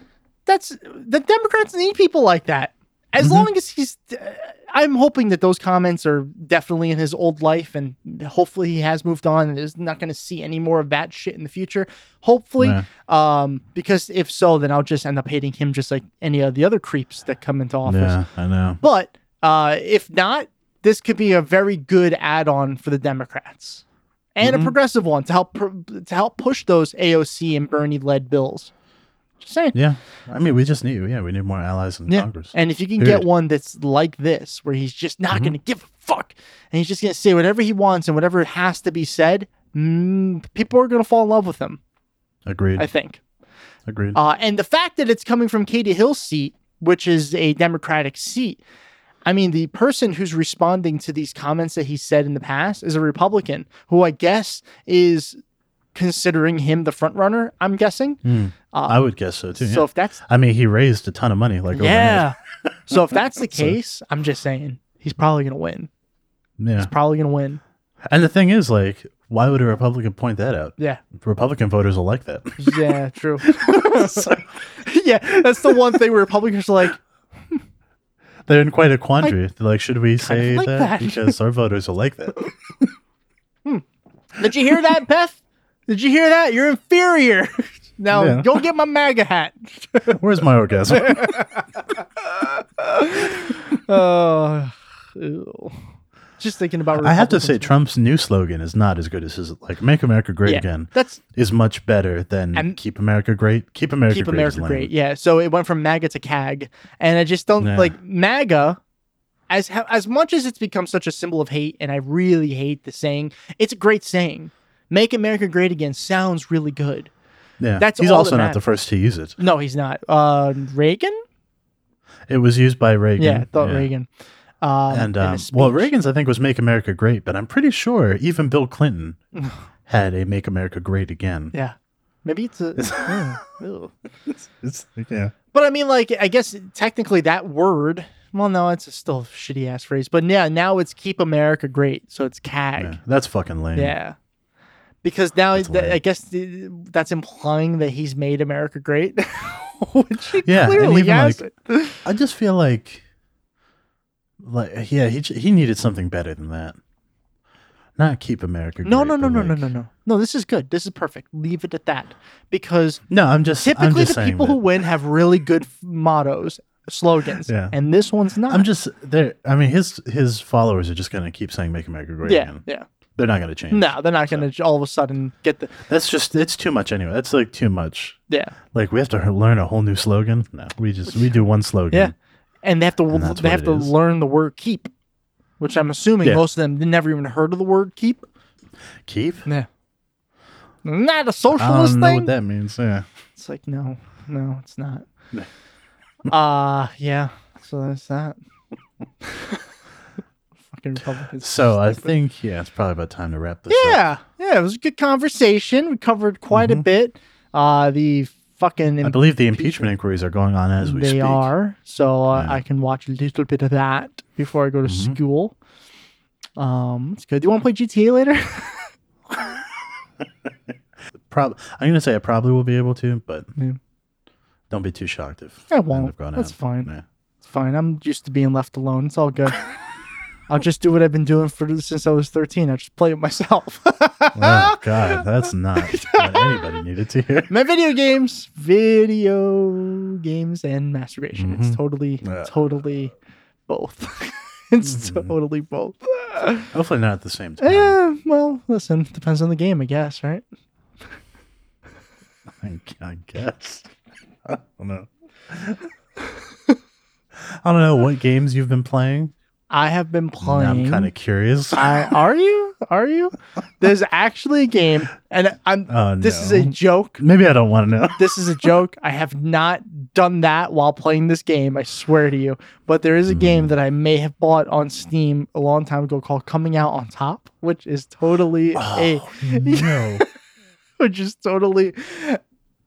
[SPEAKER 1] that's the Democrats need people like that. As
[SPEAKER 2] Mm-hmm.
[SPEAKER 1] long as he's, uh, I'm hoping that those comments are definitely in his old life, and hopefully he has moved on and is not going to see any more of that shit in the future. Hopefully,
[SPEAKER 2] Yeah.
[SPEAKER 1] um, because if so, then I'll just end up hating him just like any of the other creeps that come into office.
[SPEAKER 2] Yeah, I know.
[SPEAKER 1] But uh, if not, this could be a very good add-on for the Democrats and
[SPEAKER 2] Mm-hmm.
[SPEAKER 1] a progressive one to help pr- to help push those AOC and Bernie-led bills. Just saying.
[SPEAKER 2] Yeah. I mean, we just need, yeah, we need more allies in
[SPEAKER 1] Yeah.
[SPEAKER 2] Congress.
[SPEAKER 1] And if you can get
[SPEAKER 2] Period.
[SPEAKER 1] one that's like this, where he's just not going to give a fuck and he's just going to say whatever he wants and whatever has to be said, mm, people are going to fall in love with him,
[SPEAKER 2] Agreed.
[SPEAKER 1] I think.
[SPEAKER 2] Agreed.
[SPEAKER 1] Uh, and the fact that it's coming from Katie Hill's seat, which is a Democratic seat, I mean, the person who's responding to these comments that he said in the past is a Republican who I guess is considering him the front runner. I'm guessing. Uh,
[SPEAKER 2] I would guess so too. yeah.
[SPEAKER 1] So if that's
[SPEAKER 2] I mean, he raised a ton of money. Like overnight.
[SPEAKER 1] yeah, so if that's the case, I'm just saying he's probably gonna win.
[SPEAKER 2] yeah.
[SPEAKER 1] He's probably gonna win.
[SPEAKER 2] And the thing is, like, why would a Republican point that out?
[SPEAKER 1] Yeah,
[SPEAKER 2] Republican voters will like that.
[SPEAKER 1] yeah, true. yeah, that's the one thing where Republicans are like,
[SPEAKER 2] They're in quite a quandary. They're like, should we say
[SPEAKER 1] like
[SPEAKER 2] that?
[SPEAKER 1] that.
[SPEAKER 2] because our voters will like that?
[SPEAKER 1] "Did you hear that, Beth? Did you hear that? You're inferior." Now
[SPEAKER 2] Yeah.
[SPEAKER 1] go get my MAGA hat.
[SPEAKER 2] Where's my orgasm?
[SPEAKER 1] Oh, ew. just thinking about.
[SPEAKER 2] I have to
[SPEAKER 1] Republicans.
[SPEAKER 2] say, Trump's new slogan is not as good as his. Like, "Make America Great
[SPEAKER 1] Yeah.
[SPEAKER 2] Again"
[SPEAKER 1] that's
[SPEAKER 2] is much better than
[SPEAKER 1] And-
[SPEAKER 2] "Keep America Great." Keep America
[SPEAKER 1] keep
[SPEAKER 2] Great.
[SPEAKER 1] America
[SPEAKER 2] is lame.
[SPEAKER 1] great. Yeah. So it went from MAGA to CAG, and I just don't
[SPEAKER 2] Yeah.
[SPEAKER 1] like MAGA. As ho- as much as it's become such a symbol of hate, and I really hate the saying, it's a great saying. "Make America Great Again" sounds really good.
[SPEAKER 2] Yeah,
[SPEAKER 1] That's
[SPEAKER 2] he's
[SPEAKER 1] all
[SPEAKER 2] also
[SPEAKER 1] that
[SPEAKER 2] not the
[SPEAKER 1] matters.
[SPEAKER 2] first to use it.
[SPEAKER 1] No, he's not. Uh, Reagan.
[SPEAKER 2] It was used by Reagan.
[SPEAKER 1] Yeah, I thought Reagan. Um,
[SPEAKER 2] And
[SPEAKER 1] in a
[SPEAKER 2] um, well,
[SPEAKER 1] speech.
[SPEAKER 2] Reagan's I think was "Make America Great," but I'm pretty sure even Bill Clinton had a "Make America Great Again."
[SPEAKER 1] Yeah, maybe it's a. yeah, ew.
[SPEAKER 2] It's, yeah.
[SPEAKER 1] But I mean, like, I guess technically that word. Well, no, it's a still shitty ass phrase. But yeah, now it's keep America great, so it's CAG.
[SPEAKER 2] yeah, that's fucking lame.
[SPEAKER 1] Yeah. Because now
[SPEAKER 2] That's
[SPEAKER 1] th- I
[SPEAKER 2] lame.
[SPEAKER 1] guess th- that's implying that he's made America great. Which he
[SPEAKER 2] Yeah, and
[SPEAKER 1] clearly
[SPEAKER 2] even,
[SPEAKER 1] has
[SPEAKER 2] like-
[SPEAKER 1] it.
[SPEAKER 2] I just feel like, like yeah, he j- he needed something better than that. Not keep America.
[SPEAKER 1] No,
[SPEAKER 2] great,
[SPEAKER 1] no, no,
[SPEAKER 2] but
[SPEAKER 1] no, no,
[SPEAKER 2] like-
[SPEAKER 1] no, no. No, this is good. This is perfect. Leave it at that. Because
[SPEAKER 2] No, I'm just I'm
[SPEAKER 1] typically
[SPEAKER 2] just
[SPEAKER 1] the
[SPEAKER 2] saying
[SPEAKER 1] people
[SPEAKER 2] that-
[SPEAKER 1] who win have really good f- mottos, slogans.
[SPEAKER 2] Yeah.
[SPEAKER 1] And this one's not.
[SPEAKER 2] I'm just there. I mean, his his followers are just gonna keep saying "Make America Great
[SPEAKER 1] yeah,
[SPEAKER 2] Again."
[SPEAKER 1] yeah.
[SPEAKER 2] They're not gonna change.
[SPEAKER 1] No, they're not going to all of a sudden get the.
[SPEAKER 2] that's just it's too much anyway. That's like too much.
[SPEAKER 1] Yeah.
[SPEAKER 2] Like we have to learn a whole new slogan. No, we just we do one slogan.
[SPEAKER 1] Yeah. And they have to
[SPEAKER 2] And that's
[SPEAKER 1] they
[SPEAKER 2] what
[SPEAKER 1] have
[SPEAKER 2] it
[SPEAKER 1] to
[SPEAKER 2] is.
[SPEAKER 1] learn the word keep, which I'm assuming
[SPEAKER 2] Yeah.
[SPEAKER 1] most of them never even heard of the word keep.
[SPEAKER 2] Keep.
[SPEAKER 1] Yeah. Not a
[SPEAKER 2] I
[SPEAKER 1] socialist
[SPEAKER 2] don't know
[SPEAKER 1] thing.
[SPEAKER 2] what Um, that means. Yeah.
[SPEAKER 1] It's like no, no, it's not. uh yeah. So that's that. Fucking Republicans.
[SPEAKER 2] So I think yeah, it's probably about time to wrap this up.
[SPEAKER 1] yeah, yeah, it was a good conversation. We covered quite a bit. Uh the fucking
[SPEAKER 2] Mm-hmm. I believe the impeachment inquiries are going on as we
[SPEAKER 1] they
[SPEAKER 2] speak.
[SPEAKER 1] are. So uh,
[SPEAKER 2] Yeah. Mm-hmm.
[SPEAKER 1] I can watch a little bit of that before I go to school. Um, it's good. Do you want to play GTA later?
[SPEAKER 2] Prob- I'm gonna say I probably will be able to, but
[SPEAKER 1] Yeah.
[SPEAKER 2] don't be too shocked if
[SPEAKER 1] I
[SPEAKER 2] end
[SPEAKER 1] won't.
[SPEAKER 2] up going
[SPEAKER 1] That's
[SPEAKER 2] out.
[SPEAKER 1] fine.
[SPEAKER 2] Yeah.
[SPEAKER 1] It's fine. I'm used to being left alone. It's all good. I'll just do what I've been doing for since I was 13. I just play it myself.
[SPEAKER 2] Oh God, that's not what anybody needed to hear.
[SPEAKER 1] My video games, video games, and masturbation. It's
[SPEAKER 2] Mhm.
[SPEAKER 1] totally,
[SPEAKER 2] Yeah.
[SPEAKER 1] totally both. it's
[SPEAKER 2] Mhm.
[SPEAKER 1] totally both.
[SPEAKER 2] Hopefully not at the same time.
[SPEAKER 1] Yeah. Eh, Well, listen. Depends on the game, I guess. Right.
[SPEAKER 2] I, I guess. I don't know. I don't know what games you've been playing.
[SPEAKER 1] I have been playing.
[SPEAKER 2] I'm kind of curious.
[SPEAKER 1] I are you? Are you? There's actually a game, and I'm.
[SPEAKER 2] Oh,
[SPEAKER 1] this is
[SPEAKER 2] no.
[SPEAKER 1] a joke.
[SPEAKER 2] Maybe I don't want to know.
[SPEAKER 1] This is a joke. I have not done that while playing this game. I swear to you. But there is a
[SPEAKER 2] Hmm.
[SPEAKER 1] game that I may have bought on Steam a long time ago called "Coming Out on Top," which is totally
[SPEAKER 2] Oh.
[SPEAKER 1] a,
[SPEAKER 2] no.
[SPEAKER 1] which is totally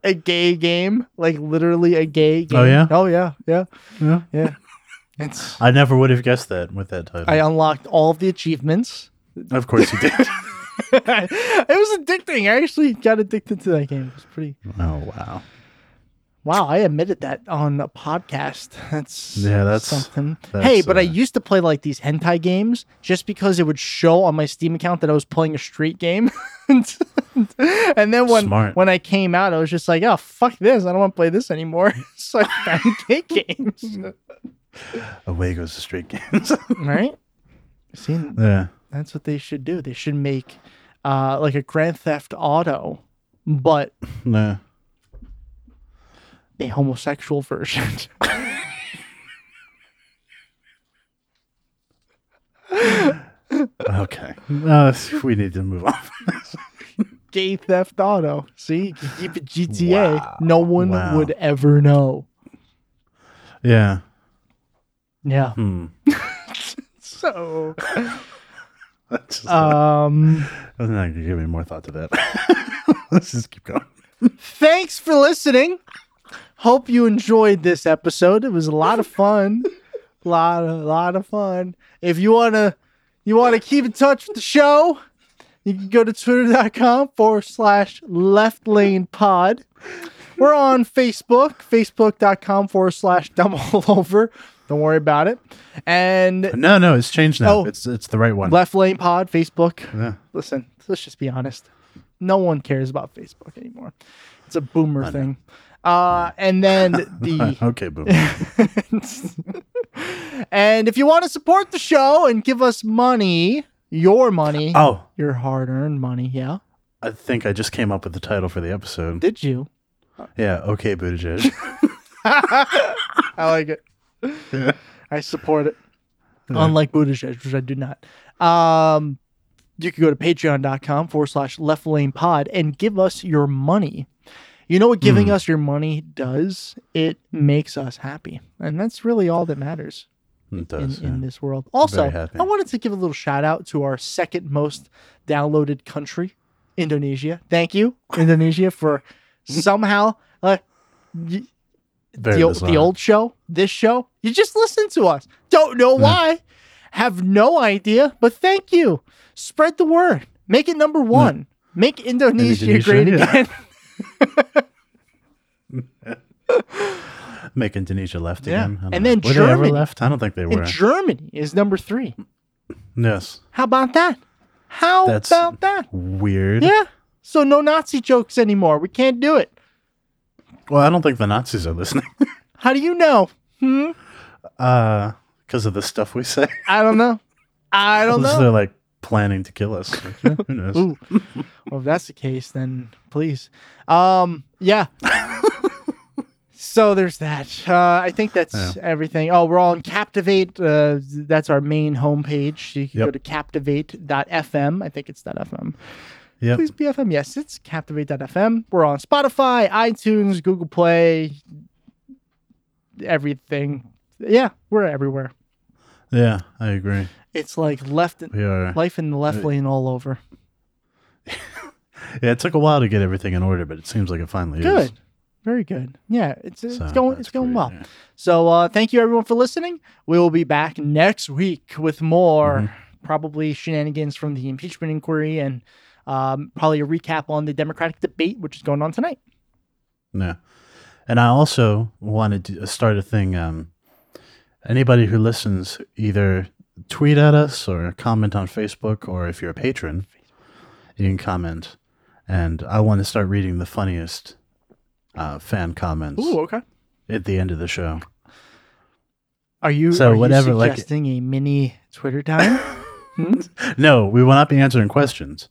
[SPEAKER 1] a gay game. Like literally a gay game.
[SPEAKER 2] Oh, yeah?
[SPEAKER 1] Oh yeah. Yeah.
[SPEAKER 2] No.
[SPEAKER 1] Yeah. It's.
[SPEAKER 2] I never would have guessed that with that title.
[SPEAKER 1] I unlocked all of the achievements.
[SPEAKER 2] of course you did.
[SPEAKER 1] it was addicting. I actually got addicted to that game. It was pretty
[SPEAKER 2] oh wow.
[SPEAKER 1] wow. I admitted that on a podcast. That's
[SPEAKER 2] Yeah, that's-
[SPEAKER 1] something.
[SPEAKER 2] that's,
[SPEAKER 1] hey, but I
[SPEAKER 2] uh,
[SPEAKER 1] used to play like these hentai games just because it would show on my Steam account that I was playing a street game. and then when
[SPEAKER 2] Smart.
[SPEAKER 1] when I came out, I was just like, oh fuck this! I don't want to play this anymore. so I found gay games,
[SPEAKER 2] Away goes the street games.
[SPEAKER 1] right? See,
[SPEAKER 2] yeah.
[SPEAKER 1] That's what they should do. They should make uh, like a Grand Theft Auto, but
[SPEAKER 2] No.
[SPEAKER 1] a homosexual version.
[SPEAKER 2] Okay. Uh, we need to move on.
[SPEAKER 1] Gay Theft Auto. See, you can keep it GTA. No one
[SPEAKER 2] Wow.
[SPEAKER 1] would ever know.
[SPEAKER 2] yeah.
[SPEAKER 1] Yeah.
[SPEAKER 2] Hmm.
[SPEAKER 1] So,
[SPEAKER 2] That's just-
[SPEAKER 1] um,
[SPEAKER 2] I'm not gonna give any more thought to that. Let's just keep going.
[SPEAKER 1] Thanks for listening. Hope you enjoyed this episode. It was a lot of fun. A lot of lot of fun. If you wanna you wanna keep in touch with the show, you can go to twitter.com forward slash left lane pod. We're on Facebook, facebook.com forward slash dumb all over. Don't worry about it. And
[SPEAKER 2] No, no, it's changed now.
[SPEAKER 1] Oh.
[SPEAKER 2] It's it's the right one.
[SPEAKER 1] left lane pod, Facebook.
[SPEAKER 2] Yeah.
[SPEAKER 1] Listen, let's just be honest. No one cares about Facebook anymore. It's a boomer thing. Uh, and then the
[SPEAKER 2] Okay, boom.
[SPEAKER 1] and if you want to support the show and give us money, your money,
[SPEAKER 2] oh,
[SPEAKER 1] your hard-earned money, yeah.
[SPEAKER 2] I think I just came up with the title for the episode.
[SPEAKER 1] Did you?
[SPEAKER 2] yeah, okay, Buttigieg.
[SPEAKER 1] I like it. I support it. Unlike Buttigieg, which I do not. Um, you can go to patreon.com forward slash left lane pod and give us your money. You know what
[SPEAKER 2] Hmm.
[SPEAKER 1] giving us your money does? It makes us happy. And that's really all that matters
[SPEAKER 2] it
[SPEAKER 1] in,
[SPEAKER 2] does.
[SPEAKER 1] in
[SPEAKER 2] yeah.
[SPEAKER 1] this world. Also,
[SPEAKER 2] Very happy.
[SPEAKER 1] I wanted to give a little shout out to our second most downloaded country, Indonesia. Thank you, Indonesia, for somehow. Uh, y-
[SPEAKER 2] Very
[SPEAKER 1] the, old,
[SPEAKER 2] bizarre.
[SPEAKER 1] the old show, this show. You just listen to us. Don't know why. Have no idea, but thank you. Spread the word. Make it number one. Make Indonesia,
[SPEAKER 2] Indonesia,
[SPEAKER 1] great
[SPEAKER 2] yeah.
[SPEAKER 1] again.
[SPEAKER 2] Make Indonesia left
[SPEAKER 1] Yeah.
[SPEAKER 2] again. I don't
[SPEAKER 1] And
[SPEAKER 2] know.
[SPEAKER 1] then
[SPEAKER 2] were they ever
[SPEAKER 1] Germany.
[SPEAKER 2] left? I don't think they were.
[SPEAKER 1] and Germany is number three.
[SPEAKER 2] yes,
[SPEAKER 1] How about that? How
[SPEAKER 2] That's-
[SPEAKER 1] about that?
[SPEAKER 2] weird.
[SPEAKER 1] Yeah. So no Nazi jokes anymore. We can't do it.
[SPEAKER 2] Well, I don't think the Nazis are listening
[SPEAKER 1] How do you know? Hmm?
[SPEAKER 2] because Uh, of the stuff we say.
[SPEAKER 1] I don't know. I don't
[SPEAKER 2] Unless
[SPEAKER 1] know.
[SPEAKER 2] they're like planning to kill us. Like, Who knows?
[SPEAKER 1] Ooh. Well, if that's the case, then please. Um, yeah. so there's that. Uh, I think that's
[SPEAKER 2] Yeah.
[SPEAKER 1] everything. Oh, we're all on Captivate. Uh, that's our main homepage. You can
[SPEAKER 2] Yep.
[SPEAKER 1] go to captivate.fm. I think it's .fm.
[SPEAKER 2] Yep.
[SPEAKER 1] Please be FM. Yes, it's captivate.fm. We're on Spotify, iTunes, Google Play, everything. Yeah, we're everywhere.
[SPEAKER 2] Yeah, I agree.
[SPEAKER 1] It's like left
[SPEAKER 2] We are.
[SPEAKER 1] life in the left
[SPEAKER 2] Uh,
[SPEAKER 1] lane all over.
[SPEAKER 2] yeah, it took a while to get everything in order, but it seems like it finally is.
[SPEAKER 1] Good. Very good. Yeah, it's it's
[SPEAKER 2] So
[SPEAKER 1] going
[SPEAKER 2] that's
[SPEAKER 1] it's going
[SPEAKER 2] great,
[SPEAKER 1] well.
[SPEAKER 2] yeah.
[SPEAKER 1] So uh, thank you everyone for listening. We will be back next week with more probably shenanigans from the impeachment inquiry and um, probably a recap on the Democratic debate, which is going on tonight.
[SPEAKER 2] Yeah. And I also wanted to start a thing. Um, anybody who listens, either tweet at us or comment on Facebook, or if you're a patron, you can comment. And I want to start reading the funniest uh, fan comments
[SPEAKER 1] okay.
[SPEAKER 2] at the end of the show.
[SPEAKER 1] Are you
[SPEAKER 2] So
[SPEAKER 1] are you
[SPEAKER 2] whatever, like-
[SPEAKER 1] suggesting a mini Twitter time?
[SPEAKER 2] No, we will not be answering questions.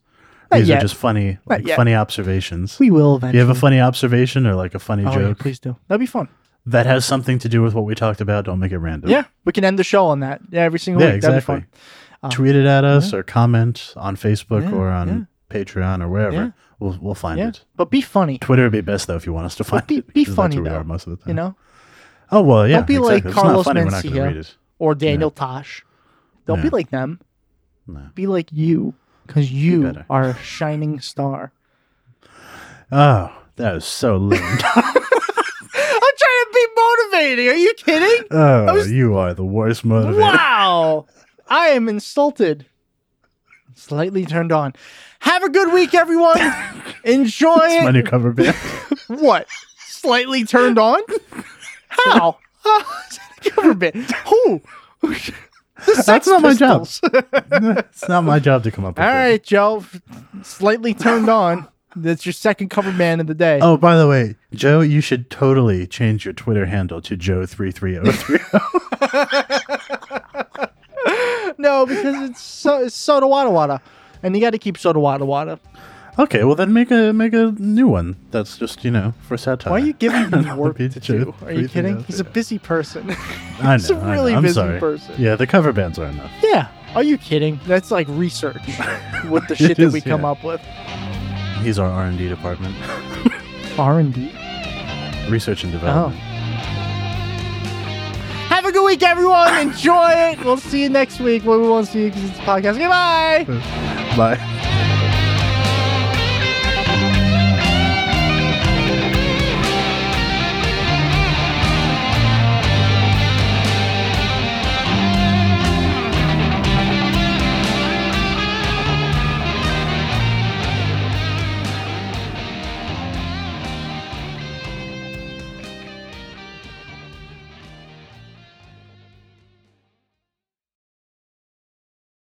[SPEAKER 1] Not
[SPEAKER 2] These
[SPEAKER 1] yet.
[SPEAKER 2] are just funny, like,
[SPEAKER 1] yet.
[SPEAKER 2] funny observations.
[SPEAKER 1] we will
[SPEAKER 2] If you
[SPEAKER 1] eventually.
[SPEAKER 2] have a funny observation or like a funny
[SPEAKER 1] oh, yeah,
[SPEAKER 2] joke
[SPEAKER 1] please do. That'd be fun.
[SPEAKER 2] that has something to do with what we talked about, don't make it random.
[SPEAKER 1] Yeah, we can end the show on that every single
[SPEAKER 2] Yeah,
[SPEAKER 1] week.
[SPEAKER 2] exactly.
[SPEAKER 1] That'd be fun. Uh,
[SPEAKER 2] Tweet it at us or comment on Facebook
[SPEAKER 1] Yeah,
[SPEAKER 2] or on Patreon or wherever.
[SPEAKER 1] Yeah.
[SPEAKER 2] We'll we'll find
[SPEAKER 1] Yeah,
[SPEAKER 2] it.
[SPEAKER 1] but be funny.
[SPEAKER 2] Twitter would be best though if you want us to find
[SPEAKER 1] be-
[SPEAKER 2] it.
[SPEAKER 1] be
[SPEAKER 2] 'cause that's
[SPEAKER 1] funny,
[SPEAKER 2] where we
[SPEAKER 1] though,
[SPEAKER 2] are most of the time.
[SPEAKER 1] You know,
[SPEAKER 2] Oh well, yeah.
[SPEAKER 1] Don't be like
[SPEAKER 2] exactly. If it's not
[SPEAKER 1] Carlos
[SPEAKER 2] funny, we're not gonna
[SPEAKER 1] Mencia.
[SPEAKER 2] read it.
[SPEAKER 1] or Daniel Tosh. Don't be
[SPEAKER 2] Yeah.
[SPEAKER 1] like them.
[SPEAKER 2] No.
[SPEAKER 1] Be like you, because you
[SPEAKER 2] better.
[SPEAKER 1] are a shining star.
[SPEAKER 2] Oh, that was so lame.
[SPEAKER 1] I'm trying to be motivating. Are you kidding?
[SPEAKER 2] oh,
[SPEAKER 1] was-
[SPEAKER 2] you are the worst motivator.
[SPEAKER 1] Wow. I am insulted. Slightly turned on. Have a good week, everyone. Enjoy
[SPEAKER 2] It's my
[SPEAKER 1] it.
[SPEAKER 2] new cover band.
[SPEAKER 1] What? Slightly turned on? How? Cover bit. Who?
[SPEAKER 2] That's not my job. it's not my job to come up with
[SPEAKER 1] All
[SPEAKER 2] it.
[SPEAKER 1] right, Joe. Slightly turned on. That's your second cover band of the day.
[SPEAKER 2] Oh, by the way, Joe, you should totally change your Twitter handle to Joe three three oh three.
[SPEAKER 1] No, because it's so it's soda wada wada, and you got to keep soda wada wada.
[SPEAKER 2] Okay, well then make a make a new one. That's just you know for satire.
[SPEAKER 1] Why are you giving him work to
[SPEAKER 2] Be
[SPEAKER 1] do?
[SPEAKER 2] truth.
[SPEAKER 1] Are you
[SPEAKER 2] Breathe it
[SPEAKER 1] kidding?
[SPEAKER 2] out.
[SPEAKER 1] He's a busy person.
[SPEAKER 2] I know.
[SPEAKER 1] he's a
[SPEAKER 2] I know.
[SPEAKER 1] really
[SPEAKER 2] I'm
[SPEAKER 1] busy
[SPEAKER 2] sorry.
[SPEAKER 1] person.
[SPEAKER 2] Yeah, the cover bands are enough.
[SPEAKER 1] yeah. Are you kidding? That's like research with the
[SPEAKER 2] It
[SPEAKER 1] shit that
[SPEAKER 2] is,
[SPEAKER 1] we come
[SPEAKER 2] yeah.
[SPEAKER 1] up with.
[SPEAKER 2] He's our R and D department,
[SPEAKER 1] R and D. Oh.
[SPEAKER 2] research and development.
[SPEAKER 1] Have a good week, everyone. Enjoy it. We'll see you next week. Well, we won't see you because it's a podcast. Goodbye.
[SPEAKER 2] Bye.